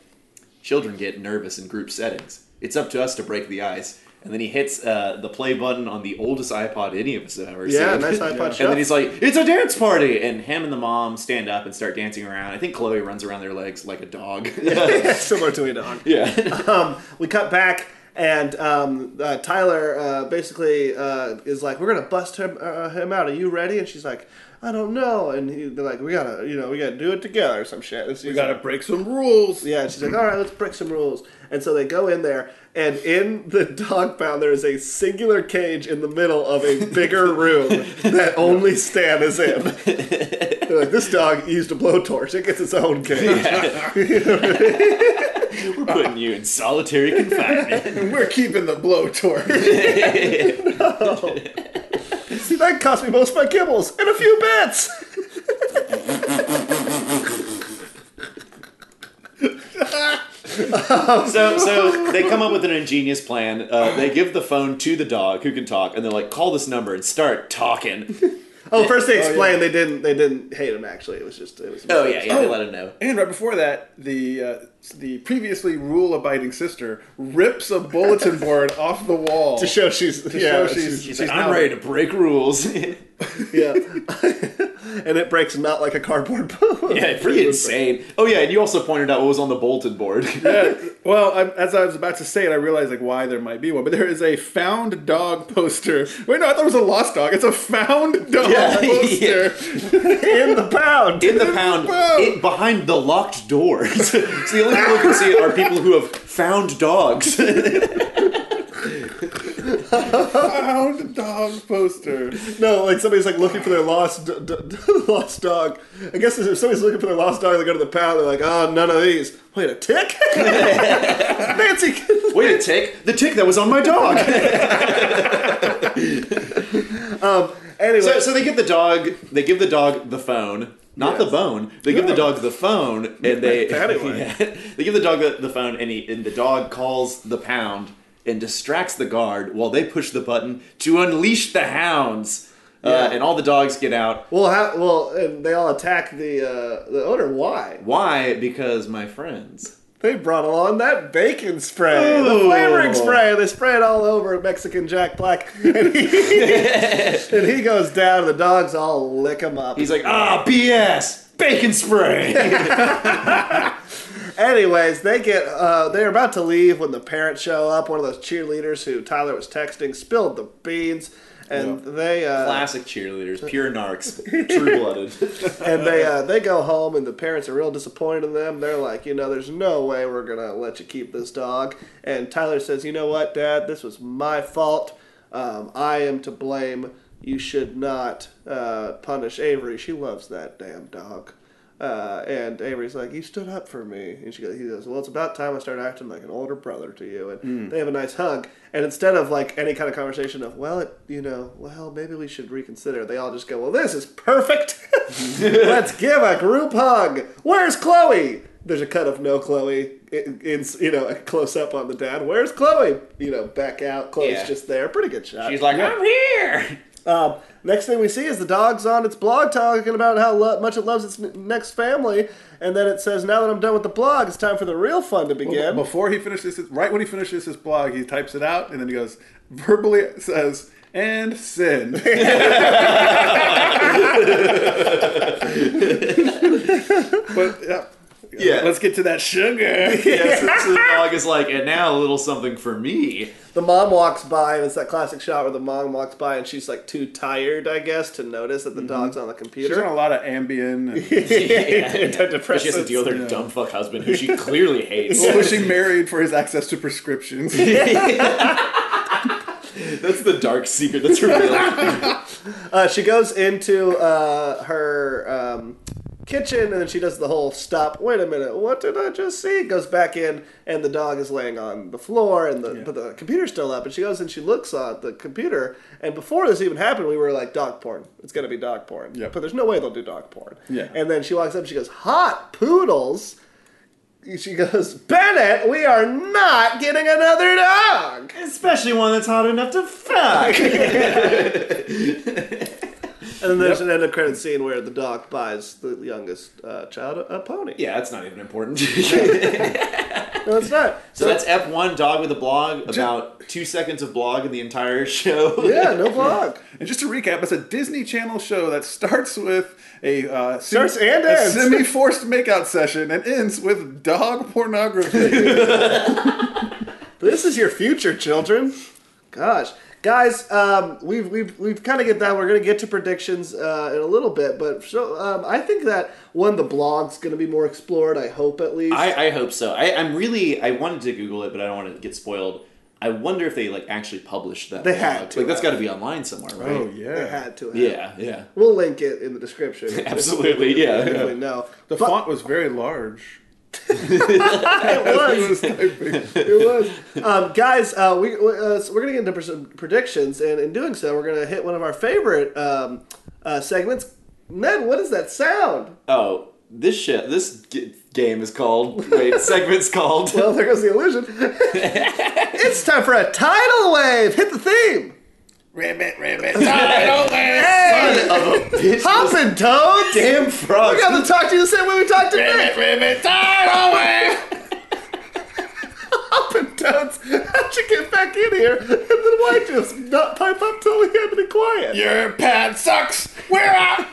children get nervous in group settings. It's up to us to break the ice. And then he hits uh, the play button on the oldest iPod any of us have ever Yeah, seen. nice iPod shuffle. And then he's like, "It's a dance party!" And him and the mom stand up and start dancing around. I think Chloe runs around their legs like a dog. Similar to a dog. yeah, um, we cut back and um, uh, Tyler uh, basically uh, is like, "We're gonna bust him, uh, him out. Are you ready?" And she's like, "I don't know." And he, they're like, "We gotta, you know, we gotta do it together or some shit." And We she's gotta like- break some rules. yeah. And she's like, "All right, let's break some rules." And so they go in there, and in the dog pound there is a singular cage in the middle of a bigger room that only Stan is in. they're like, "This dog used a blowtorch. It gets its own cage." we're putting you in solitary confinement. And we're keeping the blowtorch. See, that cost me most of my kibbles and a few bits. so, so they come up with an ingenious plan. Uh, they give the phone to the dog who can talk, and they're like, "Call this number and start talking." Oh, first they explained they didn't they didn't hate him actually. It was just it was Oh yeah, yeah, they let him know. and right before that, the uh, the previously rule abiding sister rips a bulletin board off the wall to show she's to yeah show she's, She's like, "I'm ready to break rules." yeah. and it breaks not like a cardboard boom. Yeah, pretty insane. Oh yeah, and you also pointed out what was on the bulletin board. Well, I, as I was about to say it, I realized like why there might be one, but there is a found dog poster. Wait, no, I thought it was a lost dog. It's a found dog Yeah, poster. in the pound. in the pound, pound. in, behind the locked doors. so the only people who can see it are people who have found dogs. Found dog poster. No, like somebody's like looking for their lost d- d- lost dog. I guess if somebody's looking for their lost dog, they go to the pound. They're like, oh, none of these. Wait, a tick? Nancy. Wait a tick, the tick that was on my dog. anyway, so, so they give the dog, they give the dog the phone, not the bone. They give the dog the phone, and they Anyway. Yeah. they give the dog the, the phone, and he and the dog calls the pound and distracts the guard while they push the button to unleash the hounds. Uh, Yeah. and all the dogs get out. well, how, well, and they all attack the uh, the owner. Why? Why? Because my friends. They brought along that bacon spray, the flavoring spray. They spray it all over Mexican Jack Black, and he, and he goes down. The dogs all lick him up. He's like, ah, BS, bacon spray. Anyways, they get uh, they're about to leave when the parents show up. One of those cheerleaders who Tyler was texting spilled the beans, and they uh, Classic cheerleaders, pure narcs, true blooded. and they uh, they go home, and the parents are real disappointed in them. They're like, you know, there's no way we're gonna let you keep this dog. And Tyler says, you know what, Dad, this was my fault. Um, I am to blame. You should not uh, punish Avery. She loves that damn dog. Uh, and Avery's like, "You stood up for me," and she goes, "He goes, well, it's about time I started acting like an older brother to you." And Hmm. they have a nice hug. And instead of like any kind of conversation of, "Well, it, you know, well, maybe we should reconsider," they all just go, "Well, this is perfect. Let's give a group hug." Where's Chloe? There's a cut of no Chloe in, in you know a close up on the dad. Where's Chloe? You know, back out. Chloe's Yeah. just there. Pretty good shot. He's like, I'm here. Um, next thing we see is the dog's on its blog talking about how lo- much it loves its n- next family, and then it says, "Now that I'm done with the blog, it's time for the real fun to begin." Before he finishes, his, right when he finishes his blog, he types it out and then he goes verbally says and send. but yeah, Yeah. let's get to that sugar. Yeah, so, so the dog is like, and now a little something for me. the mom walks by, and it's that classic shot where the mom walks by, and she's like too tired, I guess, to notice that the dog's on the She's on computer. a lot of Ambien. And, She has to deal with her dumb fuck husband, who she clearly hates. Well, wishing married for his access to prescriptions. That's the dark secret that's revealed. Uh, she goes into uh, her um, kitchen, and then she does the whole stop. Wait a minute, what did I just see? Goes back in, and the dog is laying on the floor, and the but the computer's still up. And she goes and she looks on the computer. And before this even happened, we were like dog porn. It's gonna be dog porn. Yep. But there's no way they'll do dog porn. Yeah. And then she walks up. and She goes hot poodles. She goes, Bennett, we are not getting another dog. Especially one that's hot enough to fuck. And then there's an end of credit scene where the dog buys the youngest uh, child a, a pony. Yeah, that's not even important. No, it's not. so that's F1 dog with a blog, about two seconds of blog in the entire show. yeah, no blog. and just to recap, it's a Disney Channel show that starts with a uh, semi- Starts and a ends. semi-forced makeout session and ends with dog pornography. This is your future, children. Gosh, guys, um, we've we've we've kind of get that. We're gonna get to predictions uh, in a little bit, but so um, I think that one the blog's gonna be more explored. I hope at least. I, I hope so. I, I'm really. I wanted to Google it, but I don't want to get spoiled. I wonder if they like actually published that. They blog. had to Like that's got to be online somewhere, right? It had to. Have. Yeah, yeah, We'll link it in the description. absolutely, yeah. If we know. The But- font was very large. It was. It was typing. it was. Um, guys, uh, we, we- uh, so we're going to get into pers- predictions, and in doing so, we're going to hit one of our favorite um, uh, segments. Ned, what is that sound? Oh, this shit. This g- game is called. Wait, segment's called. Well, there goes the illusion. it's time for a tidal wave. Hit the theme. Ribbit, ribbit. Hey, of a bitch. hopping toads. Damn frogs. We got to talk to you the same way we talked to Nick. ribbit, tidal wave. Hopping notes. How'd you get back in here? And then why just not pipe up till we had to be quiet? Your pad sucks. We're out.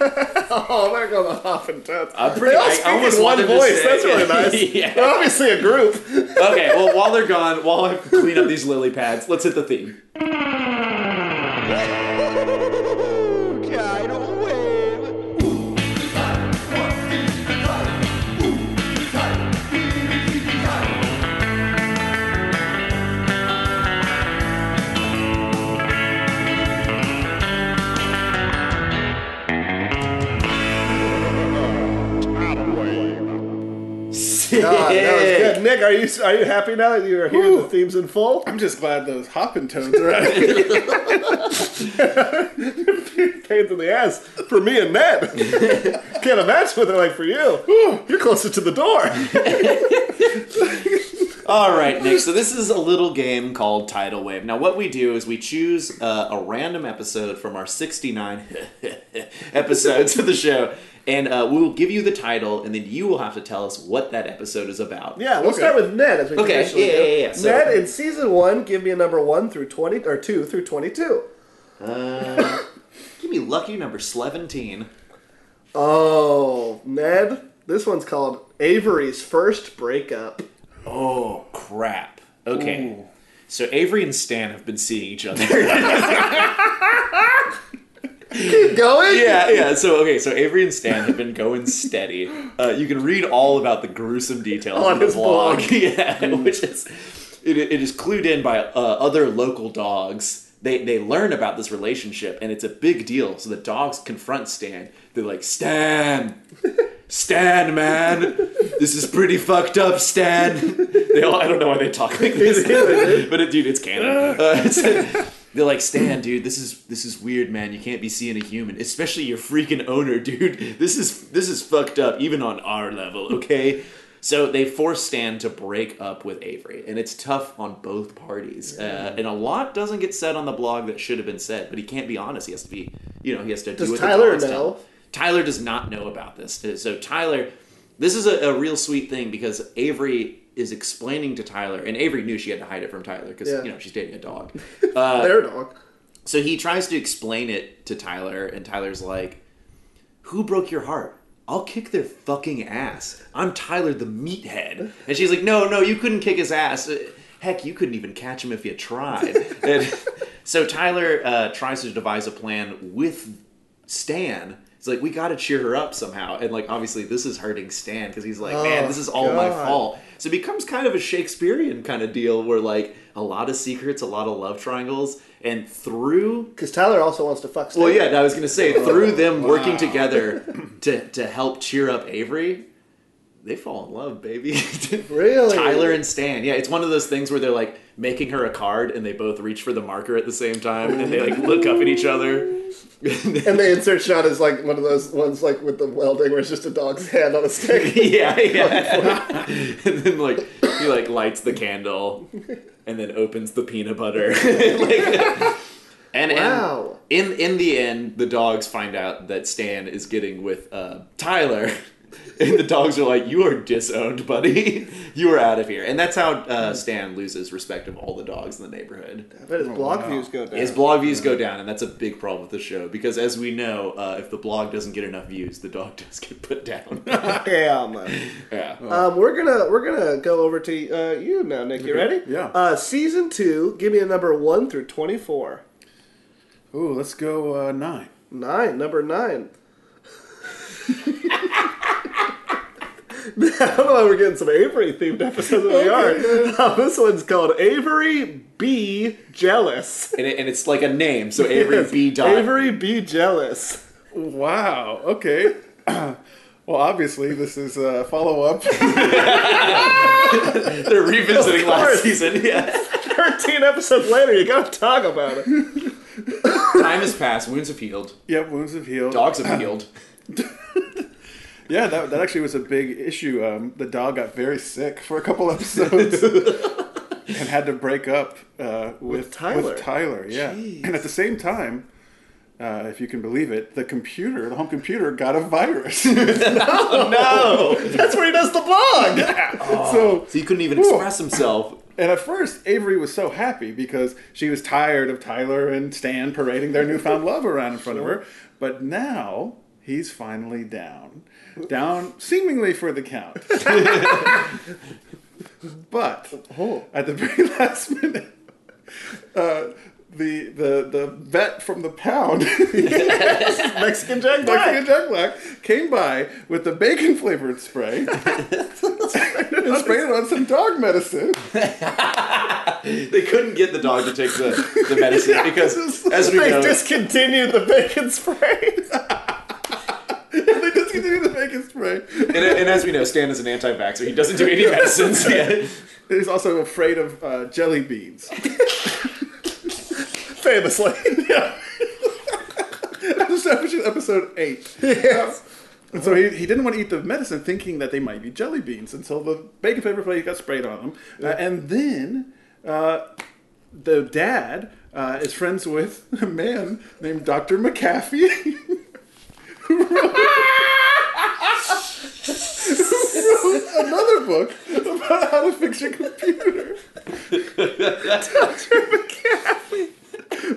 Oh, there go the Huff and Toads. I'm they pretty- all I speak almost in one wanted to voice. say- That's really nice. Yeah. They're obviously a group. Okay, well, while they're gone, while I clean up these lily pads, let's hit the theme. Tidal wave. God, that was good. Nick, are you are you happy now that you are hearing the themes in full? I'm just glad those hopping tones are out. here. Pains in the ass for me and Ned. Can't imagine what they're like for you. Ooh, You're closer to the door. All right, Nick. So this is a little game called Tidal Wave. Now, what we do is we choose uh, a random episode from our 69 episodes of the show, and uh, we will give you the title, and then you will have to tell us what that episode is about. Yeah, we'll start with Ned as we Okay, traditionally yeah, do. yeah, yeah, so- Ned in season one, give me a number one through twenty or two through twenty-two. Give me lucky number 17. Oh, Ned, this one's called Avery's first breakup. Oh, crap. Okay. So Avery and Stan have been seeing each other. Going? yeah, yeah. So okay, so Avery and Stan have been going steady. Uh, you can read all about the gruesome details On on his his blog. blog. yeah, which is it, it is clued in by uh, other local dogs. They they learn about this relationship and it's a big deal. So the dogs confront Stan. They're like, Stan, Stan, man, this is pretty fucked up, Stan. They all I don't know why they talk like this, but it, dude, it's canon. Uh, it's- they're like, Stan, dude, this is this is weird, man. You can't be seeing a human, especially your freaking owner, dude. This is this is fucked up, even on our level, okay? So they force Stan to break up with Avery, and it's tough on both parties. Uh, and a lot doesn't get said on the blog that should have been said, but he can't be honest. He has to be, you know, he has to Does do what the Tyler dogs tell know? him. Tyler does not know about this. Uh, So Tyler, this is a, a real sweet thing because Avery is explaining to Tyler, and Avery knew she had to hide it from Tyler because Yeah. you know she's dating a dog. There, dog. So he tries to explain it to Tyler, and Tyler's like, Who broke your heart? I'll kick their fucking ass. I'm Tyler the meathead. And she's like, No, no, you couldn't kick his ass. Uh, Heck, you couldn't even catch him if you tried. and so Tyler uh, tries to devise a plan with Stan. It's like, We gotta cheer her up somehow. And like, obviously, this is hurting Stan because he's like, Man, this is all my God. fault all. So it becomes kind of a Shakespearean kind of deal where like a lot of secrets, a lot of love triangles, and through Because Tyler also wants to fuck Stan. well, yeah, and I was gonna say through them working together to to help cheer up Avery, they fall in love, baby. Really? Tyler and Stan. Yeah, it's one of those things where they're like making her a card and they both reach for the marker at the same time and they like look up at each other. And the insert shot is like one of those ones like with the welding where it's just a dog's hand on a stick. yeah, yeah. and then like he like lights the candle and then opens the peanut butter. like, and, Wow. and in in the end, the dogs find out that Stan is getting with uh, Tyler. And the dogs are like, "You are disowned, buddy. You are out of here." And that's how uh, Stan loses respect of all the dogs in the neighborhood. But his blog views go down. Oh, His blog views go down, and that's a big problem with the show because, as we know, uh, if the blog doesn't get enough views, the dog does get put down. Damn. yeah. Um, we're gonna we're gonna go over to uh, you now, Nick. You ready? Yeah. Uh, season two. Give me a number one through twenty-four. Ooh, let's go uh, nine. Nine. Number nine. I don't know why we're getting some Avery themed episodes. than We are. Uh, this one's called Avery Be Jealous. and, it, and it's like a name. So Avery B. Dot. Avery Be Jealous. Wow. Okay. well, obviously, this is a follow up. They're revisiting Of course. last season. Yeah. Thirteen episodes later, you gotta talk about it. Time has passed. Wounds have healed. yep, wounds have healed. Dogs have healed. Yeah, that, that actually was a big issue. Um, the dog got very sick for a couple episodes and had to break up uh, with, Tyler. Tyler, yeah. And at the same time, uh, if you can believe it, the computer, the home computer, got a virus. No. That's where he does the Oh, blog. So So he couldn't even express himself. And at first, Avery was so happy because she was tired of Tyler and Stan parading their newfound love around in front of her. But now he's finally down. Down seemingly for the count. but at the very last minute, uh, the, the, the vet from the pound Mexican Jack Black. Mexican Jack Black came by with the bacon flavored spray and sprayed it on some dog medicine. They couldn't get the dog to take the, the medicine because, as we They know, discontinued the bacon spray. They discontinued the bacon spray. and, and as we know, Stan is an anti-vaxxer. He doesn't do any medicines. Yeah. He's also afraid of uh, jelly beans. Famously. this episode, episode eight. Um, And so he, he didn't want to eat the medicine, thinking that they might be jelly beans, until the bacon flavored spray got sprayed on him. Uh, and then uh, the dad uh, is friends with a man named Dr. McAfee. who wrote- who wrote Another book about how to fix your computer.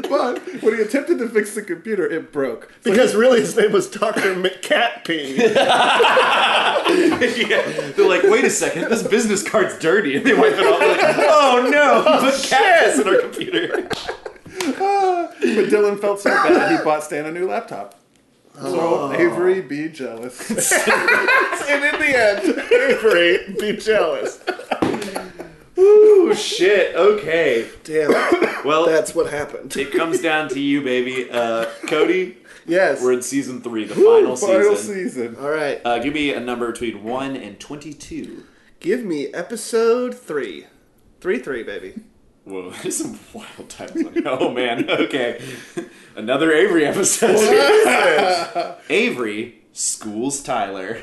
But when he attempted to fix the computer, it broke. So Because really his name was Dr. McCatpee. Yeah. They're like, wait a second, this business card's dirty, and they wipe it off. They're Like, oh no, put cat piss in our computer. But Dylan felt so bad he bought Stan a new laptop. So Avery be jealous. and in the end, Avery, be jealous. Oh shit. Okay. Damn, it. Well, that's what happened. it comes down to you, baby. Uh, Cody, Yes. we're in season three, the final Final season. season. All right. Uh, give me a number between one and twenty-two. Give me episode three. Three, three, baby. Whoa, there's some wild times. on here. oh man, okay. Another Avery episode. Avery schools Tyler.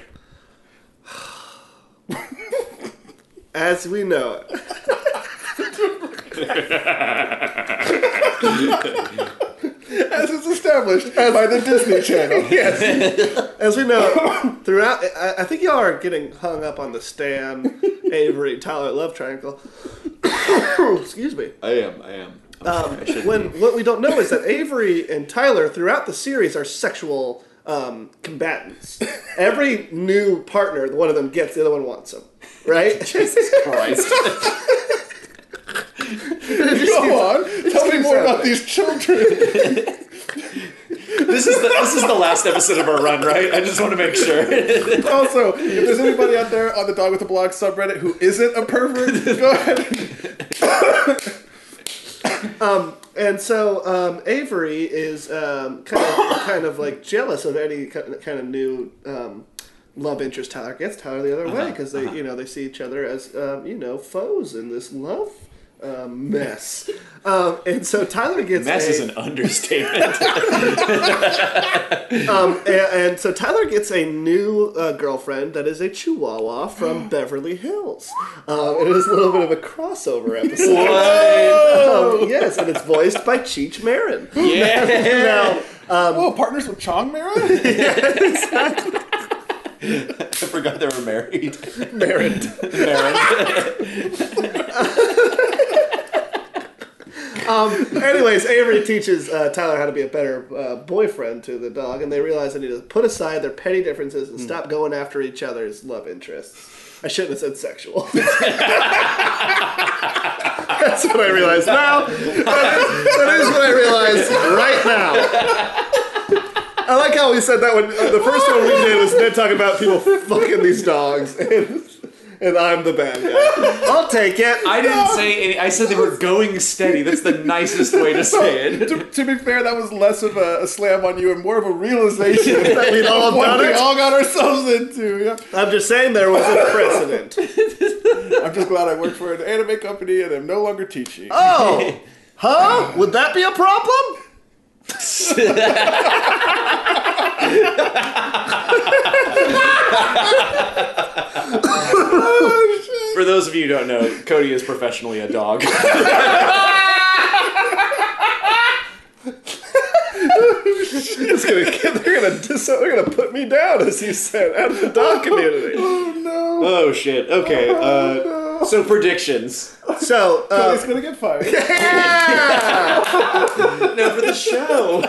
As we know it. As it's established by the Disney Channel. As we know, throughout, I, I think y'all are getting hung up on the Stan, Avery, Tyler love triangle. Excuse me. I am. I am. I'm sorry, I shouldn't be. When what we don't know is that Avery and Tyler throughout the series are sexual um, combatants. Every new partner, one of them gets, the other one wants them. Right? Jesus Christ. Go on. Tell me keeps more about happening. these children. This is the this is the last episode of our run, right? I just want to make sure. also, if there's anybody out there on the Dog with a Blog subreddit who isn't a pervert, go ahead. And so um, Avery is um, kind of kind of like jealous of any ki- kind of new um, love interest Tyler gets Tyler the other Uh-huh, way 'cause way because they you know they see each other as um, you know foes in this love um, mess. um, and so Tyler gets Mess a, is an understatement. um, and, and so Tyler gets a new uh, girlfriend that is a Chihuahua from Beverly Hills. Um, it is a little bit of a crossover episode. Um, yes, and it's voiced by Cheech Marin. Yeah. Now. oh, partners with Chong Mara? I forgot they were married. Marin. married. Anyways, Avery teaches uh, Tyler how to be a better uh, boyfriend to the dog, and they realize they need to put aside their petty differences Hmm. and stop going after each other's love interests. I shouldn't have said sexual. That's what I realized now. That is, that is what I realized right now. I like how we said that one. uh, the first one we did was Ned talking about people fucking these dogs, and, and I'm the bad guy. I'll take it. I didn't say any. I said they were going steady. That's the nicest way to say it. to, to be fair, that was less of a, a slam on you and more of a realization that We'd all have what done we it. all got ourselves into. Yeah. I'm just saying there was a precedent. I'm just glad I work for an anime company and I'm no longer teaching. Oh, huh? Would that be a problem? For those of you who don't know, Cody is professionally a dog. It's gonna, they're gonna dis- they're gonna put me down, as you said, out of the dog community. Oh shit. Okay. Uh, So predictions. So, uh, He's gonna get fired. No, for the show.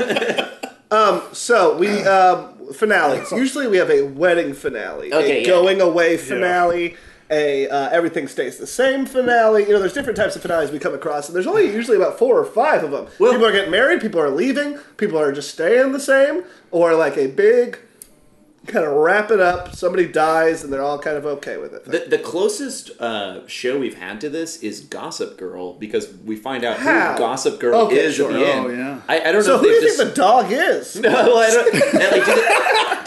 so we um, finales. Usually we have a wedding finale, Okay, a yeah. going away finale, a uh, everything stays the same finale. You know, there's different types of finales we come across, and there's only usually about four or five of them. Well- people are getting married, people are leaving, people are just staying the same, or like a big kind of wrap it up. Somebody dies, and they're all kind of okay with it. The, the closest uh, show we've had to this is Gossip Girl because we find out How? who Gossip Girl Okay, is sure. at the end. Oh, yeah. I, I don't know so if who do they've you just. think the dog is? no, I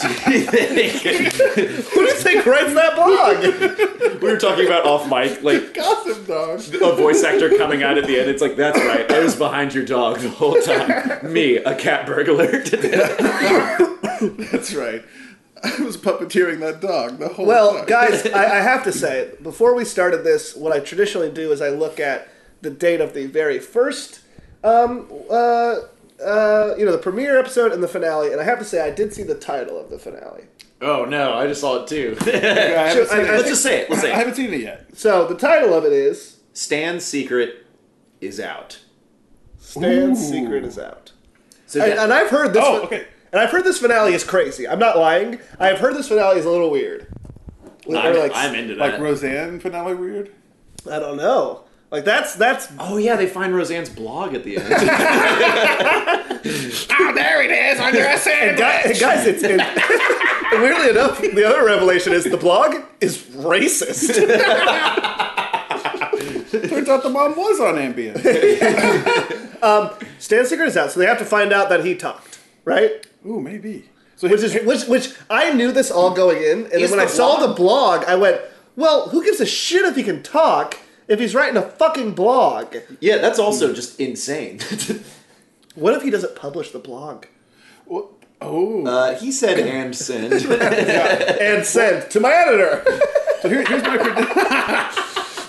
don't. and, like, do they- do you think- Who do you think writes that blog? we were talking about off mic, like Gossip Dog. a voice actor coming out at the end. It's like that's right. I was behind your dog the whole time. Me, a cat burglar. That's right. I was puppeteering that dog the whole well, time. guys, I, I have to say, before we started this, what I traditionally do is I look at the date of the very first, um, uh, uh, you know, the premiere episode and the finale, and I have to say, I did see the title of the finale. oh no, I just saw it too. I haven't, seen, I- it. Let's just say it. Let's I say it. haven't seen it yet. So the title of it is Stan's secret is out. "Stan's Ooh. Secret Is Out," So and, that- and I've heard this. Oh, fin- okay. And I've heard this finale is crazy. I'm not lying. I've heard this finale is a little weird. Or I'm, like- I'm into that. Like Roseanne finale weird. I don't know. Like that's that's Oh yeah, they find Roseanne's blog at the end. And guys, and guys it's, and- weirdly enough, the other revelation is the blog is racist. Turns out the mom was on Ambien. Stan Secret is out, so they have to find out that he talked, right? Ooh, maybe. So Which is which, which I knew this all going in, and then Is when I the saw blog- the blog, I went, "Well, who gives a shit if he can talk if he's writing a fucking blog? yeah, that's also just insane. What if he doesn't publish the blog?" Well, oh. uh, he said and send. And send to my editor. So here, here's my prediction.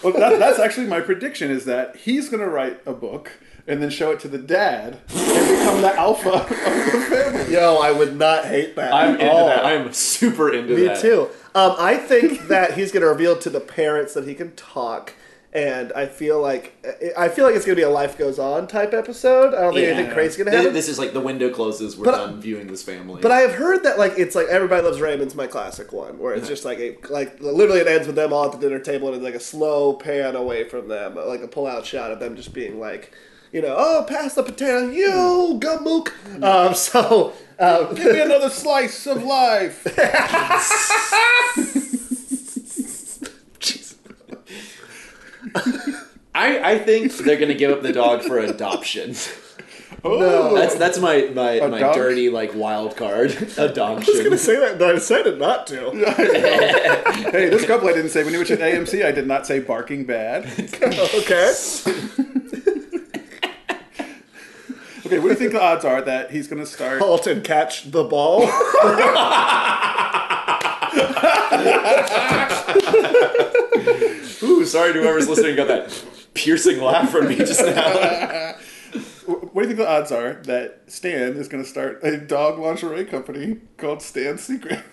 well, that, that's actually my prediction is that he's going to write a book and then show it to the dad and become the alpha of the family. Yo, I would not hate that. I'm at into all. that. I'm super into Me that. too. Um, I think that he's going to reveal to the parents that he can talk, and I feel like I feel like it's going to be a life goes on type episode. I don't think Yeah. anything crazy is going to Th- happen. This is like the window closes. We're But I- done viewing this family. but I have heard that like it's like everybody loves Raymond's my classic one, where it's just like a, like literally it ends with them all at the dinner table and it's like a slow pan away from them, like a pull out shot of them just being like. You know, oh, pass the potato, you gamook. Um, so, um, Give me another slice of life. I, I think they're gonna give up the dog for adoption. Oh. That's that's my my, my dog? dirty like wild card I was gonna adoption. say that, but I decided not to. Hey, this couple I didn't say. When you mentioned AMC, I did not say barking bad. okay. Okay, what do you think the odds are that he's going to start? halt and catch the ball. Ooh, sorry to whoever's listening got that piercing laugh from me just now. What do you think the odds are that Stan is going to start a dog lingerie company called Stan Secret?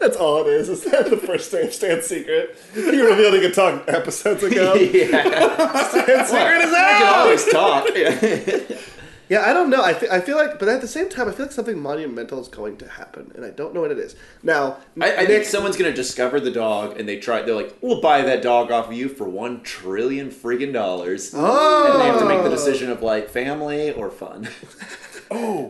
That's all it is. Is that the first day of Stan's secret? He revealed he could talk episodes ago. yeah, Stan's secret is I can out. always talk. Yeah. Yeah, I don't know. I, fe- I feel like, but at the same time, I feel like something monumental is going to happen, and I don't know what it is. Now, I, I think Nick- someone's gonna discover the dog, and they try. They're like, "We'll buy that dog off of you for one trillion friggin' dollars," and they have to make Oh. the decision of like family or fun.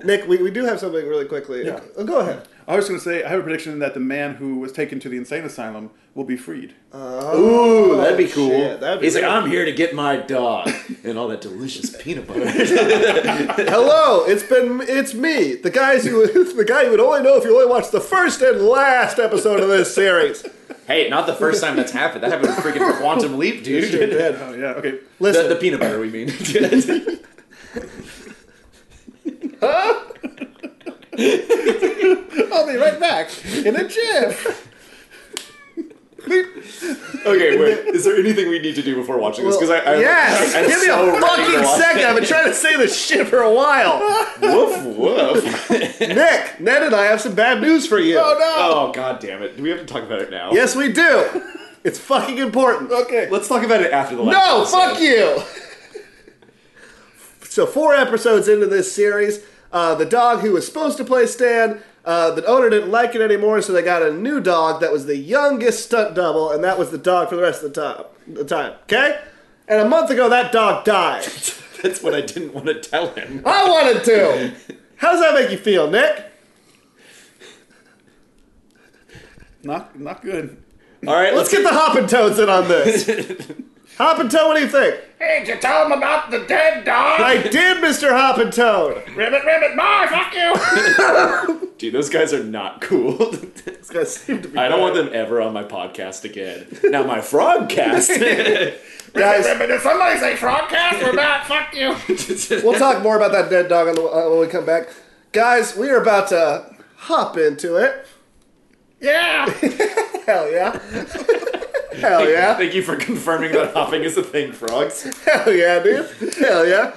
Nick, we, we do have something really quickly. Yeah. Oh, go ahead. I was going to say, I have a prediction that the man who was taken to the insane asylum will be freed. Uh, Ooh, that'd be cool. shit, Oh, that'd be He's really like, "I'm here to get my dog and all that delicious peanut butter." Hello, it's been it's me, the guys you the guy you would only know if you only watched the first and last episode of this series. Hey, not the first time that's happened. That happened in freaking Quantum Leap, dude. Oh, yeah, okay. The, Listen, the peanut butter, we mean. I'll be right back in a jiff. Okay, wait. Is there anything we need to do before watching this? Because I, I yes, I'm give me so a ready to fucking watch second. I've been it. trying to say this shit for a while. Woof woof. Nick, Ned, and I have some bad news for you. Oh no! Oh god damn it! Do we have to talk about it now? Yes, we do. It's fucking important. Okay. Let's talk about it after the last. No, episode. fuck you. so four episodes into this series, uh, the dog who was supposed to play Stan, uh, the owner didn't like it anymore, so they got a new dog that was the youngest stunt double, and that was the dog for the rest of the time. The time, okay? And a month ago, that dog died. That's what I didn't want to tell him. I wanted to. How does that make you feel, Nick? Not not good. All right, Let's get the hoppin' toads in on this. Hoppin' toad, what do you think? Hey, did you tell him about the dead dog? I did, Mr. Hoppin' Toad. ribbit, ribbit, my fuck you! Dude, those guys are not cool. This guy seemed to be. I don't want them ever on my podcast again. Now my frog cast. Guys, ribbit, did somebody say frogcast? We're back, fuck you! We'll talk more about that dead dog on the, uh, when we come back. Guys, we are about to hop into it. Yeah! Hell yeah. Hell yeah. Thank you for confirming that hopping is a thing, frogs. Hell yeah, dude. Hell yeah.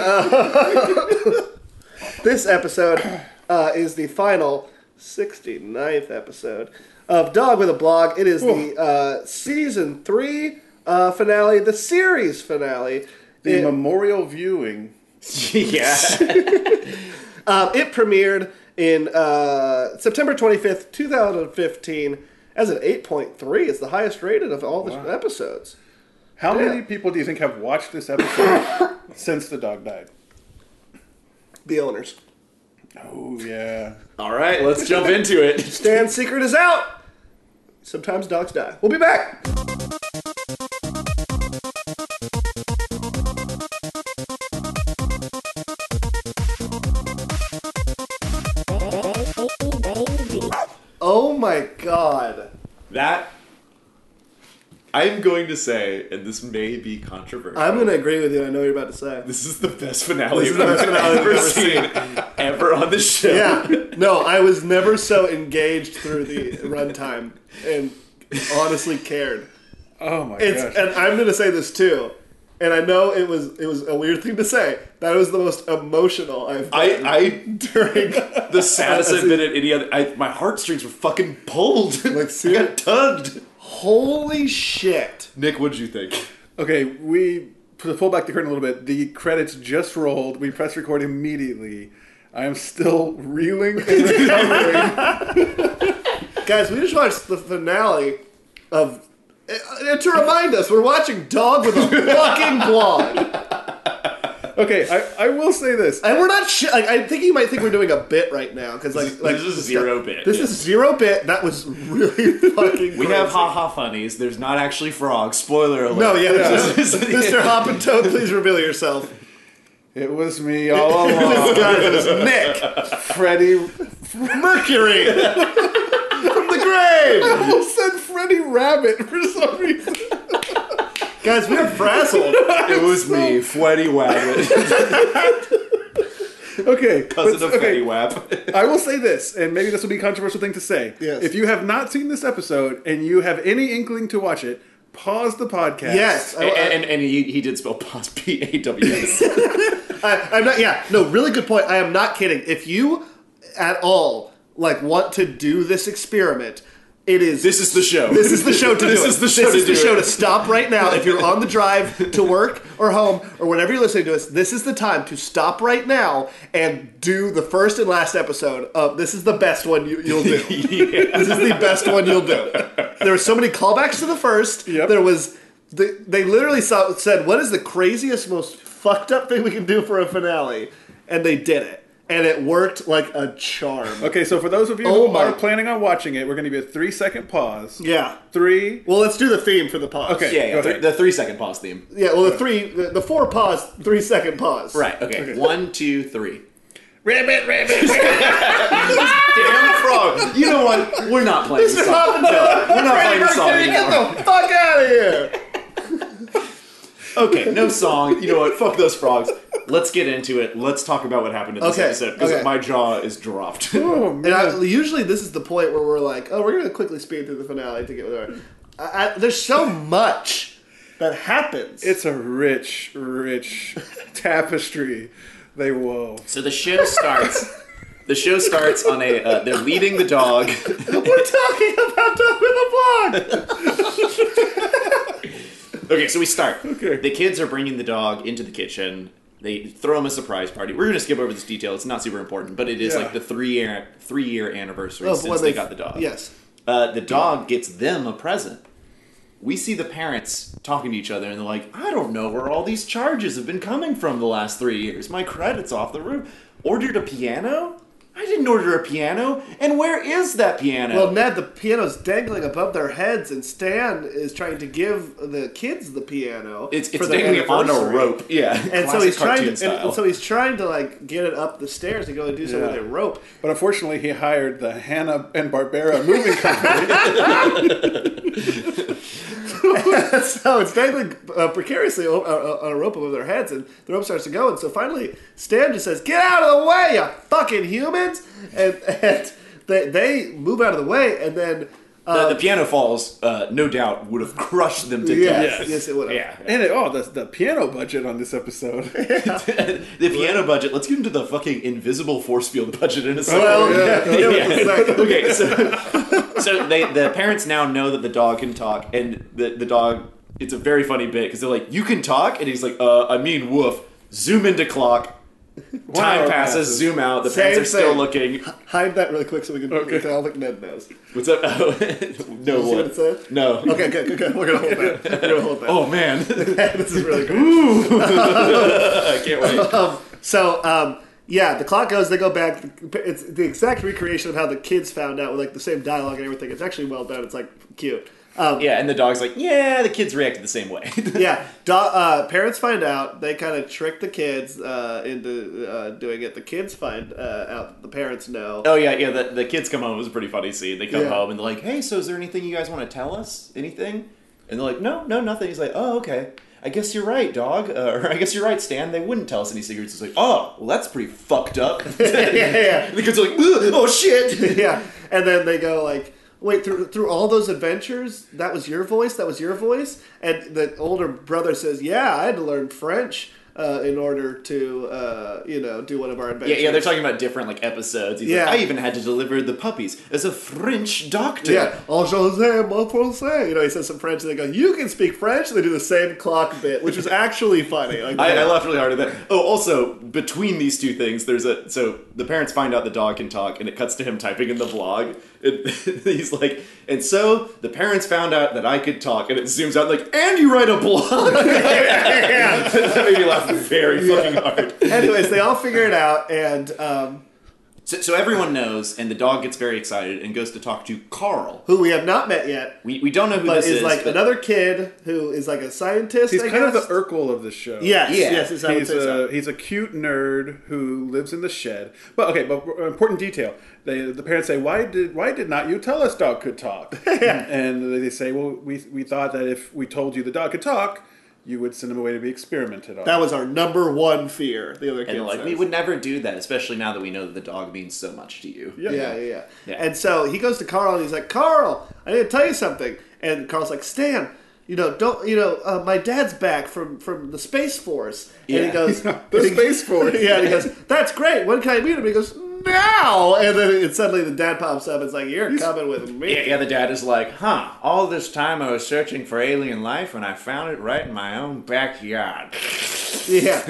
Uh, this episode uh, is the final 69th episode of Dog with a Blog. It is the uh, season three uh, finale, the series finale. The It- memorial viewing. yeah. Um, it premiered in uh, September 25th, 2015, as an 8.3. It's the highest rated of all the episodes. How many people do you think have watched this episode since the dog died? The owners. Oh yeah. All right, let's jump into it. Dan's secret is out. Sometimes dogs die. We'll be back. Oh my god. That I'm going to say, and this may be controversial. I'm gonna agree with you. I know what you're about to say. This is the best finale This is we've the best finale ever we've seen ever on the show. Yeah. No, I was never so engaged through the runtime and honestly cared. Oh my It's gosh. and I'm gonna say this too. And I know it was it was a weird thing to say. That was the most emotional I've I, I during the saddest I've been at any other. I, my heartstrings were fucking pulled. Like, I got tugged. Holy shit. Nick, what'd you think? Okay, we to pull back the curtain a little bit. The credits just rolled. We press record immediately. I am still reeling and recovering. Guys, we just watched the finale of and to remind us, we're watching Dog with a fucking blog. okay, I, I will say this. And we're not sh- like I think you might think we're doing a bit right now cuz like like this is zero bit. This is zero bit. That was really fucking. We have crazy. haha funnies. There's not actually frogs. Spoiler alert. No, yeah, This there's is- Mr. Hop and Toad. Please reveal yourself. It was me all along. Oh, This guy is Nick Freddie Mercury from the grave. almost said Freddie Rabbit for some reason. Guys, we're frazzled. it was me, Freddy Wabbit, Okay, cousin but- of okay, Freddy Wab. I will say this, and maybe this will be a controversial thing to say. Yes. If you have not seen this episode and you have any inkling to watch it, pause the podcast. Yes, I, And, and, and he, he did spell pos P A W S. am not. Yeah, no, really good point. I am not kidding. If you at all like want to do this experiment, it is This is the show. This is the show to do This it. is the show This to is the do show it. to stop right now. If you're on the drive to work or home or whenever you're listening to us, this is the time to stop right now and do the first and last episode of this is the best one you, you'll do. This is the best one you'll do. There were so many callbacks to the first. Yep. There was they, they literally saw, said, "What is the craziest, most fucked up thing we can do for a finale?" And they did it, and it worked like a charm. Okay, so for those of you Oh who my- are planning on watching it, we're going to be a three second pause. Yeah. Three. Well, let's do the theme for the pause. Okay. Yeah, yeah Go three, ahead. the three second pause theme. Yeah, well, the three, the, the four pause, three second pause. Right. Okay. Okay. One, two, three. ribbit, ribbit, ribbit, Damn frog! You know what? We're not playing. Mr. this song. Hoppin' Toad, We're not playing the song get anymore. the fuck out of here! Okay, no song. You know what? Fuck those frogs. Let's get into it. Let's talk about what happened in this Okay, episode because okay. my jaw is dropped. Oh, man. And I, usually, this is the point where we're like, oh, we're gonna quickly speed through the finale to get with our. I, I, there's so much that happens. It's a rich, rich tapestry. They wove. So the show starts. the show starts on a. Uh, they're leading the dog. We're talking about Dog with a Blog. Okay, so we start. Okay. The kids are bringing the dog into the kitchen. They throw him a surprise party. We're going to skip over this detail. It's not super important, but it is Yeah. like the three year three year anniversary Of since when they they- got the dog. Yes. Uh, the dog gets them a present. We see the parents talking to each other, and they're like, "I don't know where all these charges have been coming from the last three years. My credit's off the roof. Ordered a piano? I didn't order a piano. And where is that piano? Well, Ned, the piano's dangling above their heads, and Stan is trying to give the kids the piano. it's for it's their dangling on a anniversary. rope. Yeah, And so Classic he's trying to, cartoon and, style. and so he's trying to like get it up the stairs to go and do something Yeah. with a rope. But unfortunately, he hired the Hanna and Barbera movie company. so it's dangling uh, precariously o- uh, uh, on a rope above their heads, and the rope starts to go. And so finally, Stan just says, "Get out of the way, you fucking humans!" And, and they they move out of the way, and then the, the piano falls, uh, no doubt, would have crushed them to yes, yes, death. it would. Yeah. and it, oh, the, the piano budget on this episode. the piano budget. Let's get into the fucking invisible force field budget in a second. Well, Oh, yeah. it was Yeah. like- okay, so so they the parents now know that the dog can talk, and the the dog. It's a very funny bit because they're like, "You can talk," and he's like, "Uh, I mean, woof." Zoom into clock. Time hour passes, passes. Zoom out. The Same parents are still thing. looking. Hide that really quick so we can okay. tell that Ned knows. What's up? Oh, no see what it said? No. Okay, good, good, good. We're gonna hold that. We're gonna hold that. Oh man, this is really good. I can't wait. Um, so um, yeah, the clock goes. They go back. It's the exact recreation of how the kids found out with like the same dialogue and everything. It's actually well done. It's like cute. Um, Yeah, and the dog's like, "Yeah." The kids reacted the same way. yeah, do- uh, parents find out. They kind of trick the kids uh, into uh, doing it. The kids find uh, out. The parents know. Oh yeah, yeah. The, the kids come home. It was a pretty funny scene. They come Yeah. home and they're like, "Hey, so is there anything you guys want to tell us? Anything?" And they're like, "No, no, nothing." He's like, "Oh, okay. I guess you're right, dog. Uh, or I guess you're right, Stan. They wouldn't tell us any secrets." It's like, "Oh, well, that's pretty fucked up." yeah. The kids are like, "Ugh, "Oh shit." yeah, and then they go like, "Wait, through through all those adventures, that was your voice. That was your voice." And the older brother says, "Yeah, I had to learn French uh, in order to, uh, you know, do one of our Yeah, adventures." yeah, they're talking about different like episodes. He's Yeah. like, I even had to deliver the puppies as a French doctor. Yeah, en Jose, mon français. You know, he says some French, and they go, "You can speak French." And they do the same clock bit, which is actually funny. Like, I, I laughed really hard at that. Oh, also between these two things, there's a so the parents find out the dog can talk, and it cuts to him typing in the vlog. And he's like, and so the parents found out that I could talk, and it zooms out like, and you write a blog. that made me laugh very fucking hard. Anyways, they all figure it out, and um, So, so everyone knows, and the dog gets very excited and goes to talk to Carl. who we have not met yet, We, we don't know who but this is is. like but- another kid who is like a scientist. He's I kind of guess. the Urkel of the show. Yes, Yeah. yes, is how he's it is. a he's a cute nerd who lives in the shed. But okay, but important detail. They, the parents say, "Why did why did not you tell us dog could talk?" And they say, "Well, we we thought that if we told you the dog could talk, you would send him away to be experimented on." That was our number one fear. The other and kids they're like, says. we would never do that, especially now that we know that the dog means so much to you. yeah, yeah, yeah, Yeah. And so he goes to Carl and he's like, Carl, I need to tell you something. And Carl's like, Stan, you know, don't, you know, uh, my dad's back from from the space force. And Yeah. he goes, The Space Force. yeah. And he goes, that's great. When can I meet him? He goes, now. And then it, suddenly the dad pops up. and It's like, you're coming with me. Yeah, yeah, the dad is like, huh, all this time I was searching for alien life and I found it right in my own backyard. Yeah.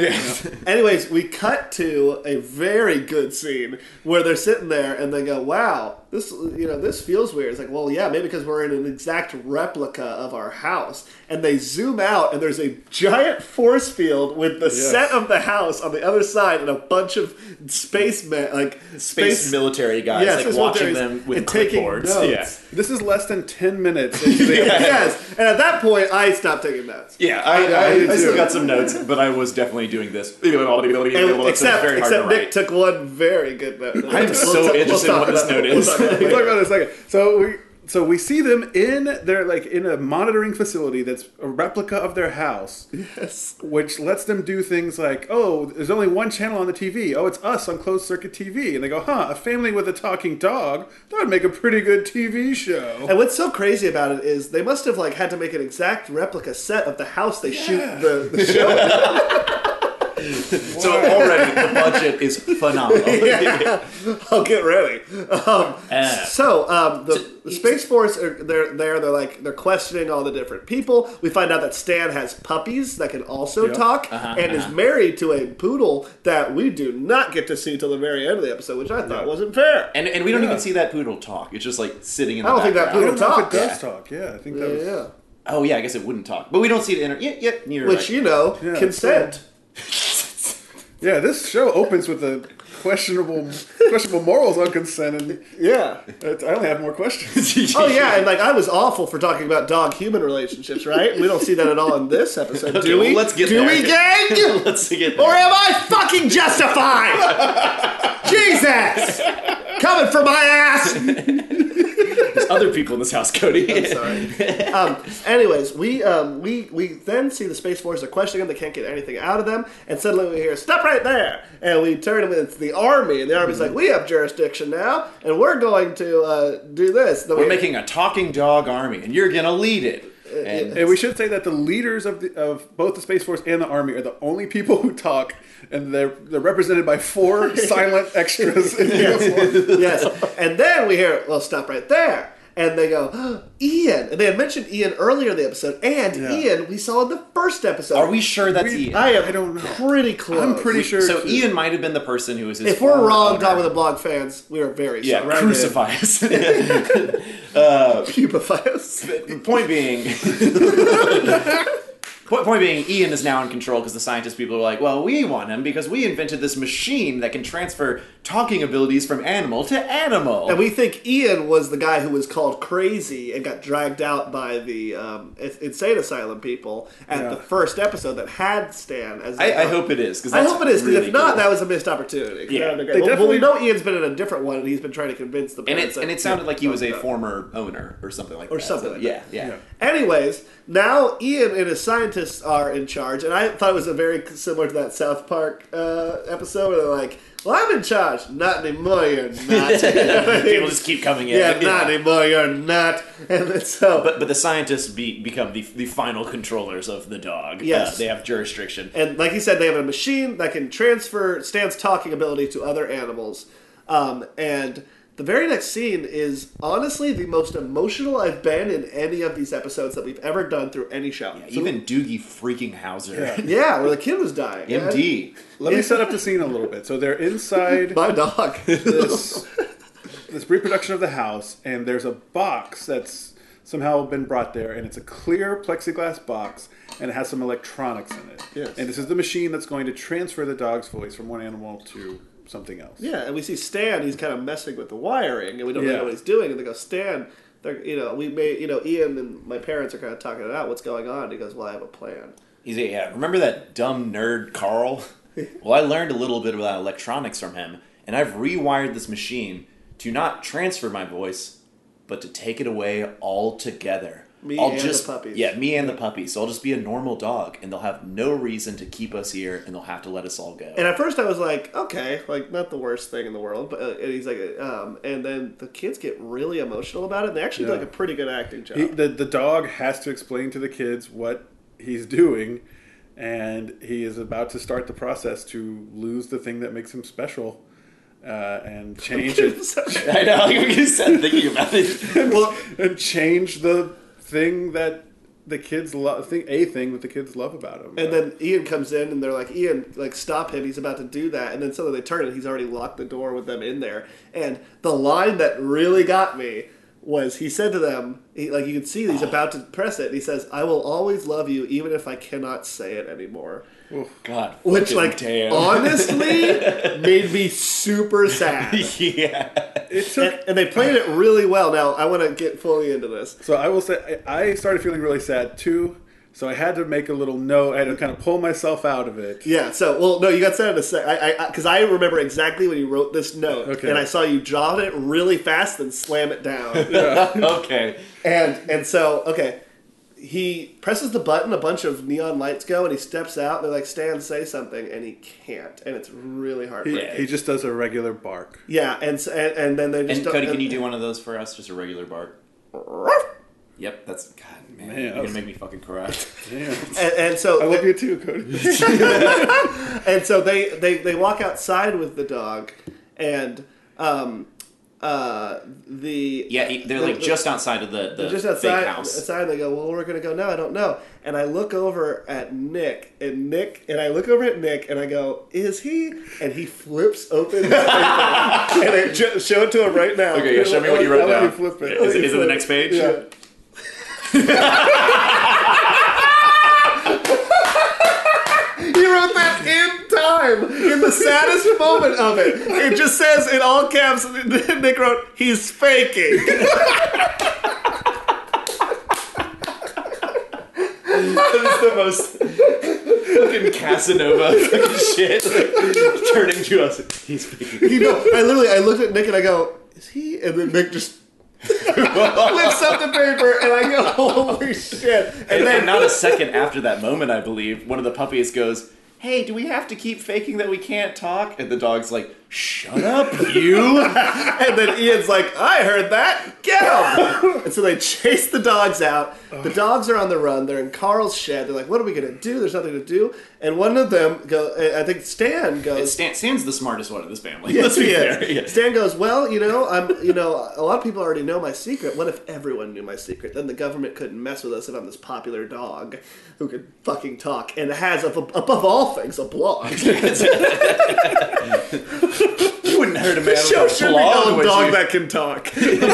Anyways, we cut to a very good scene where they're sitting there and they go, "Wow, this you know this feels weird." It's like, well, yeah, maybe because we're in an exact replica of our house. And they zoom out and there's a giant force field with the set of the house on the other side and a bunch of spacemen like Space, military guys, yeah, like space watching militaries them with and taking clipboards. notes. Yeah. this is less than ten minutes. into the- yes. And at that point, I stopped taking notes. Yeah, I, I I, did I still too. got some notes, but I was definitely doing this. And except very hard except to Nick write. took one very good note. I'm so interested in what this note is. We'll talk about it in a second. So we so we see them in their like in a monitoring facility that's a replica of their house, Yes. which lets them do things like, oh, there's only one channel on the TV. Oh, it's us on closed circuit TV. And they go, huh, a family with a talking dog? That would make a pretty good TV show. And what's so crazy about it is they must have like had to make an exact replica set of the house they shoot the, the show. in. So already the budget is phenomenal. oh, get ready. Um, Uh. so um, the, the Space Force are they're there. They're like they're questioning all the different people. We find out that Stan has puppies that can also talk and is married to a poodle that we do not get to see till the very end of the episode, which I thought wasn't fair. And, and we don't even see that poodle talk. It's just like sitting in the I don't think that background. poodle I don't know if talks. it does talk. Yeah, I think that was. Yeah, Oh yeah, I guess it wouldn't talk, but we don't see it in. Yeah, yeah, you're which right. you know, it's consent. Yeah, this show opens with a questionable questionable morals on consent, and Yeah. it's- I only have more questions. Oh yeah, and like I was awful for talking about dog-human relationships, right? We don't see that at all in this episode, do well, we? let's get do there. we, gang? Let's get Or am I fucking justified? Jesus! Coming from my ass! There's other people in this house, Cody. Sorry. Um, anyways, we um, we we then see the Space Force are questioning them. They can't get anything out of them. And suddenly we hear, stop right there! And we turn and it's the Army. And the Army's Mm-hmm. like, we have jurisdiction now, and we're going to uh, do this. Then We're we- making a talking dog army, and you're gonna lead it. And and we should say that the leaders of the, of both the space force and the army are the only people who talk, and they're they're represented by four silent extras in uniform. yes. And then we hear, well, stop right there. And they go, Ian. And they had mentioned Ian earlier in the episode, and Yeah. Ian we saw in the first episode. are we sure that's We- Ian? I am I don't know. pretty close. I'm pretty sure. so it's- Ian might have been the person who was his. If we're former wrong, owner. Dog with a Blog fans, we are very yeah, sorry. crucify us. Pupify us. point being. Point point being, Ian is now in control because the scientist people are like, well, we want him because we invented this machine that can transfer talking abilities from animal to animal. And we think Ian was the guy who was called crazy and got dragged out by the um, ins- insane asylum people at the first episode that had Stan as. the I, I dog. hope it is because I hope it is. 'cause Really if not, cool. that was a missed opportunity. Yeah. Well, They well, we definitely- know Ian's been in a different one, and he's been trying to convince the. And parents it, that- and it sounded like he was a Yeah. former owner or something like that. Or something So, like yeah, that. yeah, Anyways, now Ian and his scientists are in charge, and I thought it was a very similar to that South Park uh, episode where they're like, "Well, I'm in charge. Not anymore. You're not. People just keep coming in. yeah, not anymore. You're not." And then so, But, but the scientists be, become the, the final controllers of the dog. Yes. Uh, they have jurisdiction. and like you said, they have a machine that can transfer Stan's talking ability to other animals. Um, and the very next scene is honestly the most emotional I've been in any of these episodes that we've ever done through any show. So- Even Doogie freaking Hauser. yeah, where the kid was dying. man. MD. let me set up the scene a little bit. So they're inside. My dog. this this reproduction of the house, and there's a box that's somehow been brought there, and it's a clear plexiglass box, and it has some electronics in it. Yes. And this is the machine that's going to transfer the dog's voice from one animal to something else. Yeah, and we see Stan. He's kind of messing with the wiring, and we don't really Yeah. know what he's doing. And they go, Stan, they're, you know, we may, you know, Ian and my parents are kind of talking it out. What's going on? And he goes, Well, I have a plan. He's a, yeah, remember that dumb nerd Carl? well, I learned a little bit about electronics from him, and I've rewired this machine to not transfer my voice, but to take it away altogether. Me I'll and the just, puppies. Yeah, me and the puppies. So I'll just be a normal dog, and they'll have no reason to keep us here, and they'll have to let us all go. And at first, I was like, Okay, like not the worst thing in the world. But uh, and he's like, um, and then the kids get really emotional about it. And they actually do Yeah. like a pretty good acting job. He, the the dog has to explain to the kids what he's doing, and he is about to start the process to lose the thing that makes him special, uh, and change it. I know, you just said thinking about it. well, and change the thing that the kids love, thing a thing that the kids love about him. and then Ian comes in, and they're like, "Ian, like stop him! He's about to do that." And then suddenly they turn, and he's already locked the door with them in there. And the line that really got me was he said to them, he, "Like you can see, he's about to press it." And he says, "I will always love you, even if I cannot say it anymore." God. Which, fucking like, damn. honestly, made me super sad. yeah. it took. And, and they played it really well. Now I want to get fully into this. so I will say I I started feeling really sad too. So I had to make a little note. I had to kind of pull myself out of it. Yeah. So, well, no, you got said in a sec. I, I, because I remember exactly when you wrote this note, Okay. and I saw you jot it really fast, then slam it down, okay. and and so okay, he presses the button, a bunch of neon lights go, and he steps out. And they're like, "Stan, say something," and he can't, and it's really He, heartbreaking. he just does a regular bark. Yeah, and s- and, and then they just And don't- Cody, can you do one of those for us? Just a regular bark. Yep, that's God, man. you're that gonna was- make me fucking cry. And, and so I love you too, Cody. and so they, they, they walk outside with the dog, and um, uh, the yeah, he- they're like just outside of the, the just big outside house. outside. They go, well, we're gonna go. No, I don't know. And I look over at Nick, and Nick, and I look over at Nick, and I go, is he? And he flips open, his paper. and it ju- show it to him right now. Okay, yeah, show me what you wrote Let down. flip it. Is, Let me it- is it the flip next page? Yeah. He wrote that in time, in the saddest moment of it. It just says in all caps, Nick wrote, he's faking. That is the most fucking Casanova fucking shit. Like, turning to us, he's picking. You know, I literally, I looked at Nick and I go, is he? And then Nick just flips up the paper and I go, holy shit. And And then then, not a second after that moment, I believe, one of the puppies goes, Hey, do we have to keep faking that we can't talk? And the dog's like, Shut up, you. and then Ian's like, I heard that, get him! and so they chase the dogs out. The dogs are on the run. They're in Carl's shed. They're like, what are we going to do? There's nothing to do. And one of them, go, eh, I think Stan goes, Stan, Stan's the smartest one of this family. Yes, he is. fair. Yeah. Stan goes, well, you know, I'm, you know, a lot of people already know my secret. What if everyone knew my secret? Then the government couldn't mess with us if I'm this popular dog who could fucking talk and has, ab- above all things, a blog. You wouldn't hurt a man with Show a should be blog, called would dog you? that can talk. The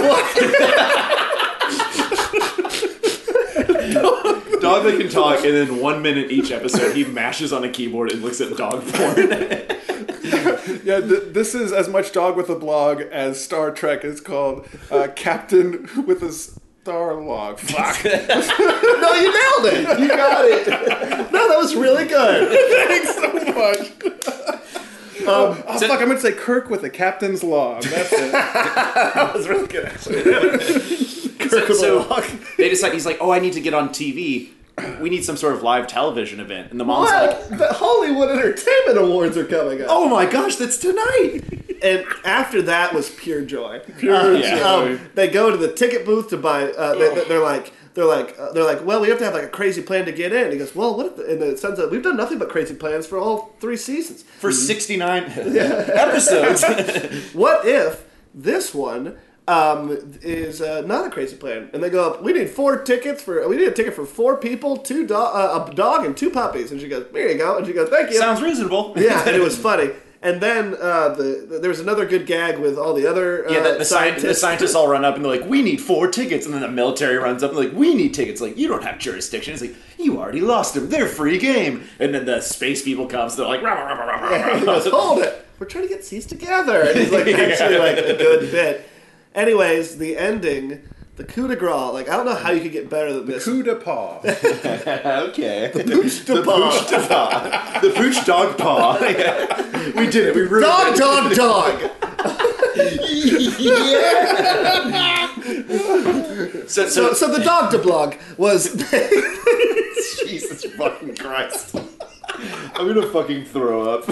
Dog that can talk, and then one minute each episode, he mashes on a keyboard and looks at dog porn. Yeah, th- this is as much dog with a blog as Star Trek is called uh, Captain with a Star Log. Fuck. blog. no, you nailed it. You got it. No, that was really good. Thanks so much. Um, oh, fuck, I'm going to say Kirk with a Captain's Log. That's it. That was really good, actually. Kirk with a so- log. they decide, he's like, Oh, I need to get on TV. We need some sort of live television event. And the mom's like, What? The Hollywood Entertainment Awards are coming up. Oh my gosh, that's tonight! and after that was pure joy. Uh, joy. um, they go to the ticket booth to buy. Uh, Oh. they, they're like. They're like, uh, they're like, well, we have to have like a crazy plan to get in. He goes, well, what? If the, and the sun's like, we've done nothing but crazy plans for all three seasons. For 69 episodes. What if this one um, is uh, not a crazy plan? And they go up. We need four tickets for. We need a ticket for four people, two do- uh, a dog and two puppies. And she goes, here you go. And she goes, thank you. Sounds reasonable. yeah, and it was funny. And then uh, the, the- there was another good gag with all the other uh, Yeah, the, the, sci- the scientists. scientists all run up and they're like, "We need four tickets," and then the military runs up and like, "We need tickets." Like, you don't have jurisdiction. It's like you already lost them. They're free game. And then the space people comes. They're like, rah, rah, rah, rah, rah, He rah. goes, hold it. We're trying to get seats together. And it's like actually like a good bit. Anyways, the ending, the coup de grace. Like I don't know how you could get better than this. Coup de paw. Oh, okay." The Pooch de pooch paw. paw. The pooch dog paw. We did it. We ruined Dog, it. dog, dog. So, So, so, so the dog de blog was. Jesus fucking Christ. I'm gonna fucking throw up.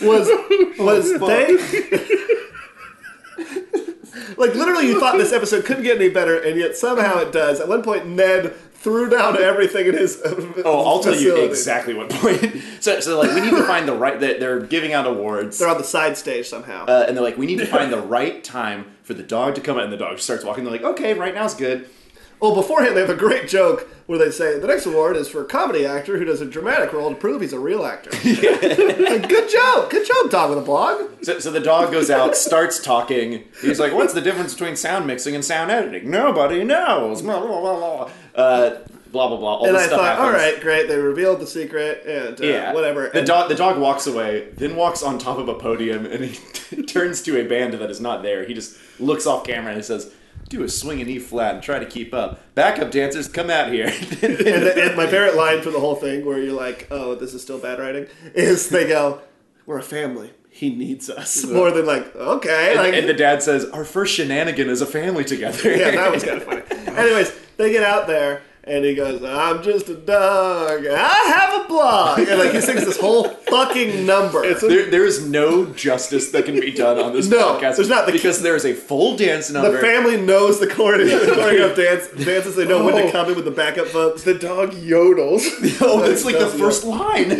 was was they like literally you thought this episode couldn't get any better and yet somehow it does at one point ned threw down everything in his Oh, I'll tell you exactly what point. So, so like, we need to find the right. They're, they're giving out awards, they're on the side stage somehow uh, and they're like, we need to find the right time for the dog to come out. And the dog just starts walking. They're like, okay, right now's good. well beforehand they have a great joke where they say the next award is for a comedy actor who does a dramatic role to prove he's a real actor Like, good joke good joke dog with a blog So, so the dog goes out, starts talking. He's like, what's the difference between sound mixing and sound editing? Nobody knows. Blah blah blah blah. blah. Uh, blah blah blah. All and this i stuff thought happens. all right great they revealed the secret and uh, Yeah, whatever The and dog, the dog walks away, then walks on top of a podium, and he turns to a band that is not there. He just looks off camera and he says, do a swing in E flat and try to keep up. Backup dancers, come out here. And, the, and my favorite line from the whole thing, where you're like, "Oh, this is still bad writing," is they go, "We're a family. He needs us more than like, okay." like, and the dad says, "Our first shenanigan is a family together." yeah, that was kind of funny. Anyways, they get out there, and he goes, "I'm just a dog. I have a blog," and like he sings this whole fucking number. There, there is no justice that can be done on this No, podcast. there's not. The- because there is a full dance number. the family knows the choreo- the choreo of dance dances. They know when to come in with the backup folks. The dog yodels. oh, that's like the That's- first line.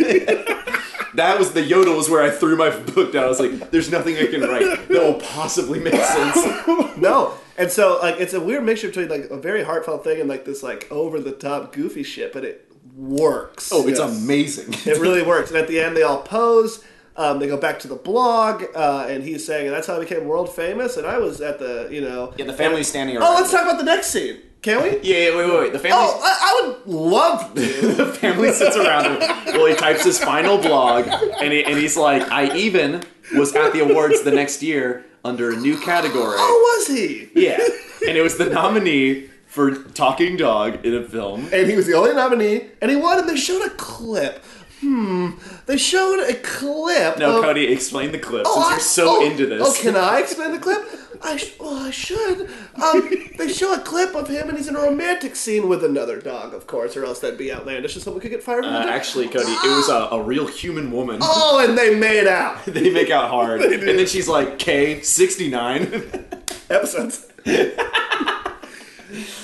that was the yodel was where I threw my book down. I was like, "There's nothing I can write that will possibly make sense." No. And so like it's a weird mixture between like a very heartfelt thing and like this like over the top goofy shit, but it works. Oh, it's Yes. amazing. It really works. And at the end they all pose. Um, they go back to the blog, uh, and he's saying, "That's how I became world famous." And I was at the, you know. Yeah, the family's standing around. Oh, let's talk about the next scene, can we? Yeah, yeah, wait, wait, wait. The family's Oh, I, I would love to. the family sits around him while he types his final blog, and, he, and he's like, "I even was at the awards the next year under a new category." How was he? Yeah, and it was the nominee for talking dog in a film. and he was the only nominee, and he won. And they showed a clip. Hmm. They showed a clip. Now, of, Cody, explain the clip Oh, since I- you're so oh, into this. Oh, can I explain the clip? I sh- well, I should. Um, they show a clip of him, and he's in a romantic scene with another dog, of course, or else that'd be outlandish, and someone could get fired. from the Uh, job. actually, Cody, it was a, a real human woman. Oh, and they made out. They make out hard, and then she's like, "K sixty nine. Episodes.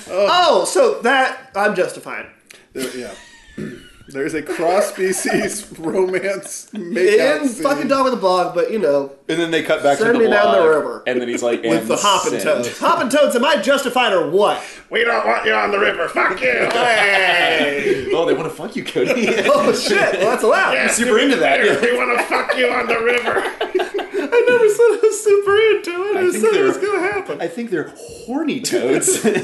oh, so that I'm justified. There- yeah. There's a cross species romance makeout In scene. fucking dog with a blog, but you know, And then they cut back Send to me the down the blog, river. and then he's like, with the hop and toad. Hop and toads, am I justified or what? We don't want you on the river. Fuck you. Oh, they want to fuck you, Cody." Oh shit! Well, that's allowed. Super into that. we want to fuck you on the river. I never said I was super into it. I, think said it they're- was gonna happen. I think they're horny toads.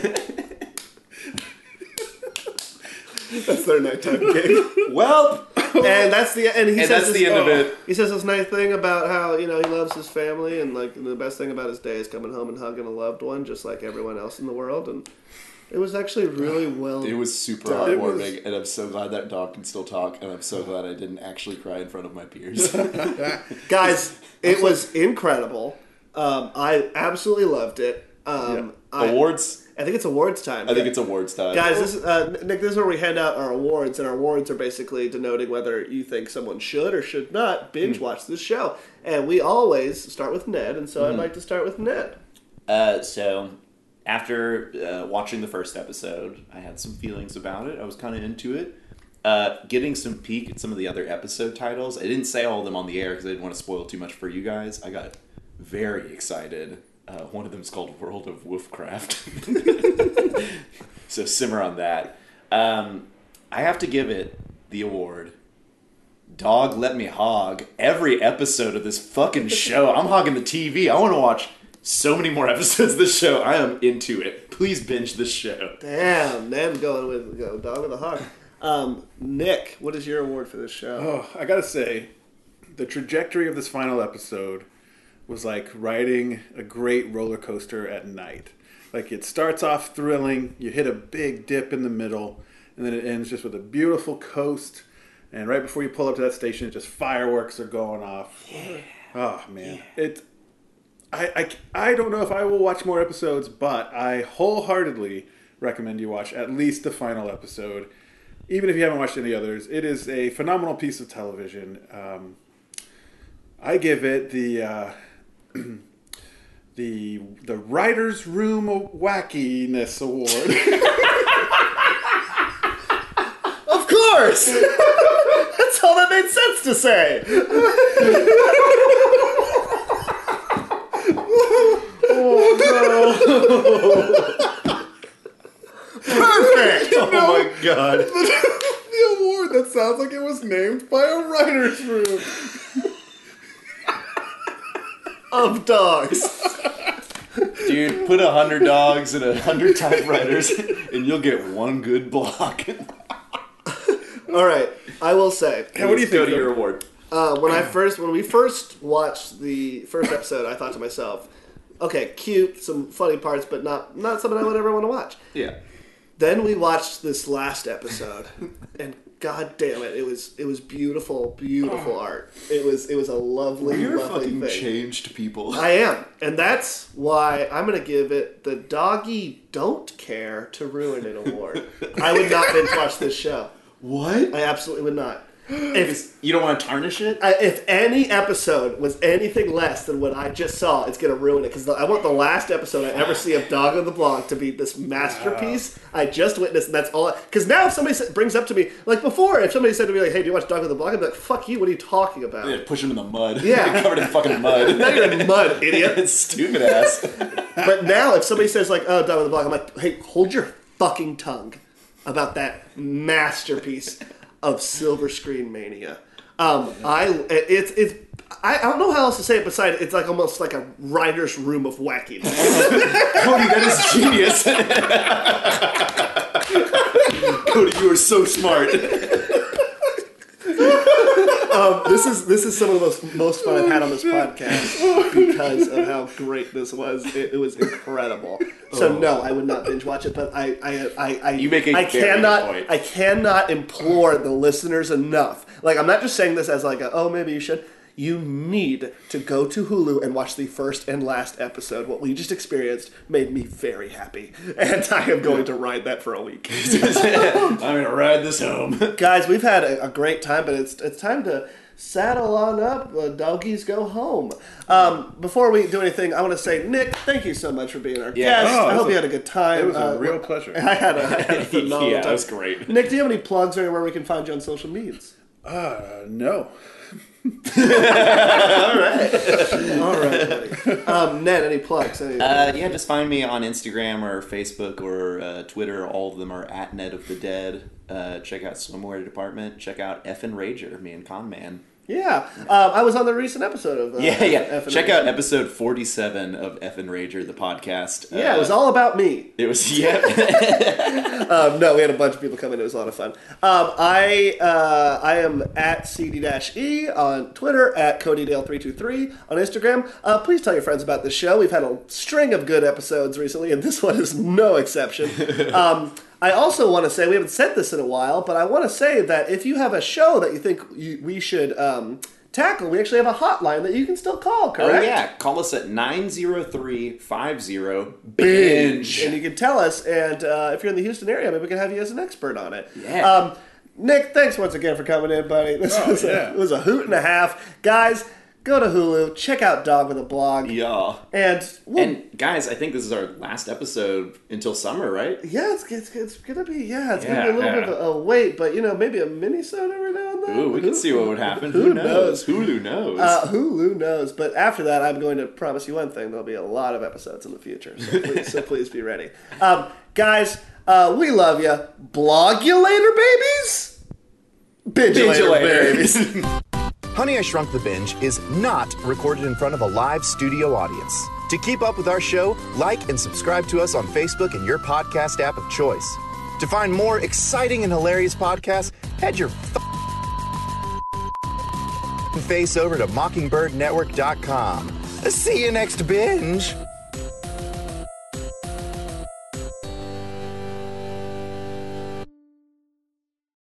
That's their nighttime game. well, and that's the and he says that's this- the end of it. He says this nice thing about how you know he loves his family and like the best thing about his day is coming home and hugging a loved one, just like everyone else in the world. And it was actually really well. it was super It heartwarming, was- and I'm so glad that dog can still talk, and I'm so glad I didn't actually cry in front of my peers. Guys, it was incredible. Um, I absolutely loved it. Um, I, awards. I think it's awards time. I think it's awards time. Guys, this is, uh, Nick. This is where we hand out our awards, and our awards are basically denoting whether you think someone should or should not binge Hmm. watch this show. And we always start with Ned, and Hmm. so I'd like to start with Ned. Uh, so, after uh, watching the first episode, I had some feelings about it. I was kind of into it. Uh, getting some peek at some of the other episode titles. I didn't say all of them on the air because I didn't want to spoil too much for you guys. I got very excited. Uh, one of them is called World of Woofcraft. so simmer on that. Um, I have to give it the award. Dog, let me hog every episode of this fucking show. I'm hogging the TV. I want to watch so many more episodes of this show. I am into it. Please binge this show. Damn, Ned going with go dog with a hawk. Um, Nick, what is your award for this show? Oh, I gotta say, the trajectory of this final episode was like riding a great roller coaster at night. Like it starts off thrilling, you hit a big dip in the middle, and then it ends just with a beautiful coast. And right before you pull up to that station, just fireworks are going off. Oh man, it. I, I, I don't know if I will watch more episodes, but I wholeheartedly recommend you watch at least the final episode, even if you haven't watched any others. It is a phenomenal piece of television. Um, I give it the uh, the the writers' room wackiness award. Of course, that's all that made sense to say. Oh my god. the award that sounds like it was named by a writers' room. Of dogs, Dude, put a hundred dogs and a hundred typewriters, and you'll get one good block. all right. I will say. what do you Go think? to your though? award. Uh, when I first, when we first watched the first episode, I thought to myself, okay, cute, some funny parts, but not not something I would ever want to watch. Yeah. Then we watched this last episode, and god damn it, it was it was beautiful, Oh. beautiful art. It was it was a lovely, You're lovely fucking thing. changed people. I am, and that's why I'm gonna give it the doggy don't care to ruin an award. I would not binge watch this show. what? I absolutely would not. If You don't want to tarnish it? I, if any episode was anything less than what I just saw, it's gonna ruin it because I want the last episode I ever see of Dog on the Block to be this masterpiece I just witnessed, and that's all. Because now, if somebody sa- brings up to me, like before, if somebody said to me, like, "Hey, do you watch Dog on the Block?" I'd be like, "Fuck you! What are you talking about? Yeah, push him in the mud. Yeah. covered in fucking mud. You're in mud, idiot." It's stupid ass. But now, if somebody says like, "Oh, Dog on the Block," I'm like, "Hey, hold your fucking tongue about that masterpiece of silver screen mania." Um, I it's it's I, I don't know how else to say it. Besides, it's like almost like a writer's room of wackiness. Cody, that is genius. Cody, you are so smart. this is this is some of the most, most fun I've had on this podcast because of how great this was. It, it was incredible. So no, I would not binge watch it, but I I I, I You make a I very good cannot point. I cannot implore the listeners enough. Like I'm not just saying this as like a, oh maybe you should. You need to go to Hulu and watch the first and last episode. What we just experienced made me very happy, and I am going to ride that for a week. I'm gonna ride this home. Guys, we've had a, a great time, but it's it's time to saddle on up. Uh, doggies go home. Um, before we do anything, I want to say, Nick, thank you so much for being our guest. Oh, I it hope was you a- had a good time. It was a Uh, real pleasure. I had a, I had a phenomenal yeah, time. that was great. Nick, do you have any plugs or anywhere we can find you on social medias? Uh, no. All right, buddy. Um, Ned, any plugs? Any- Uh, yeah, just find me on Instagram or Facebook or uh, Twitter. All of them are at Net of the Dead. Uh, check out Swimwear Department. Check out Effin' Rager, me and Con Man. yeah, um, I was on the recent episode of uh, Yeah, yeah. F&A. Check out episode 47 of Effin' Rager, the podcast. Yeah, it was Uh, all about me. It was, yeah. Um, no, we had a bunch of people come in. It was a lot of fun. Um, I uh, I am at cd-e E on Twitter at codydale323 on Instagram. Uh, please tell your friends about this show. We've had a string of good episodes recently, and this one is no exception. Um, I also want to say we haven't said this in a while, but I want to say that if you have a show that you think you, we should um, tackle, we actually have a hotline that you can still call. Correct? oh, yeah. Call us at 903 50 binge. and you can tell us. And uh, if you're in the Houston area, maybe we can have you as an expert on it. Yeah. Um, Nick, thanks once again for coming in, buddy. This Oh, was, yeah. a, it was a hoot and a half. Guys, go to Hulu, check out Dog with a Blog, Yeah. and we'll. And guys, I think this is our last episode until summer, right? yeah, it's, it's, it's gonna be yeah, it's gonna be a Yeah, little yeah. bit of a, a wait, but you know maybe a mini every now and then. Ooh, we can see what would happen. Who, knows? Hulu knows. Uh, Hulu knows, but after that, I'm going to promise you one thing: there'll be a lot of episodes in the future, so please, so please be ready, um, guys. Uh, we love you. Blog you later, babies. Binge you later, babies. Honey, I Shrunk the Binge is not recorded in front of a live studio audience. To keep up with our show, like and subscribe to us on Facebook and your podcast app of choice. To find more exciting and hilarious podcasts, head your f- face over to mockingbirdnetwork.com. See you next binge.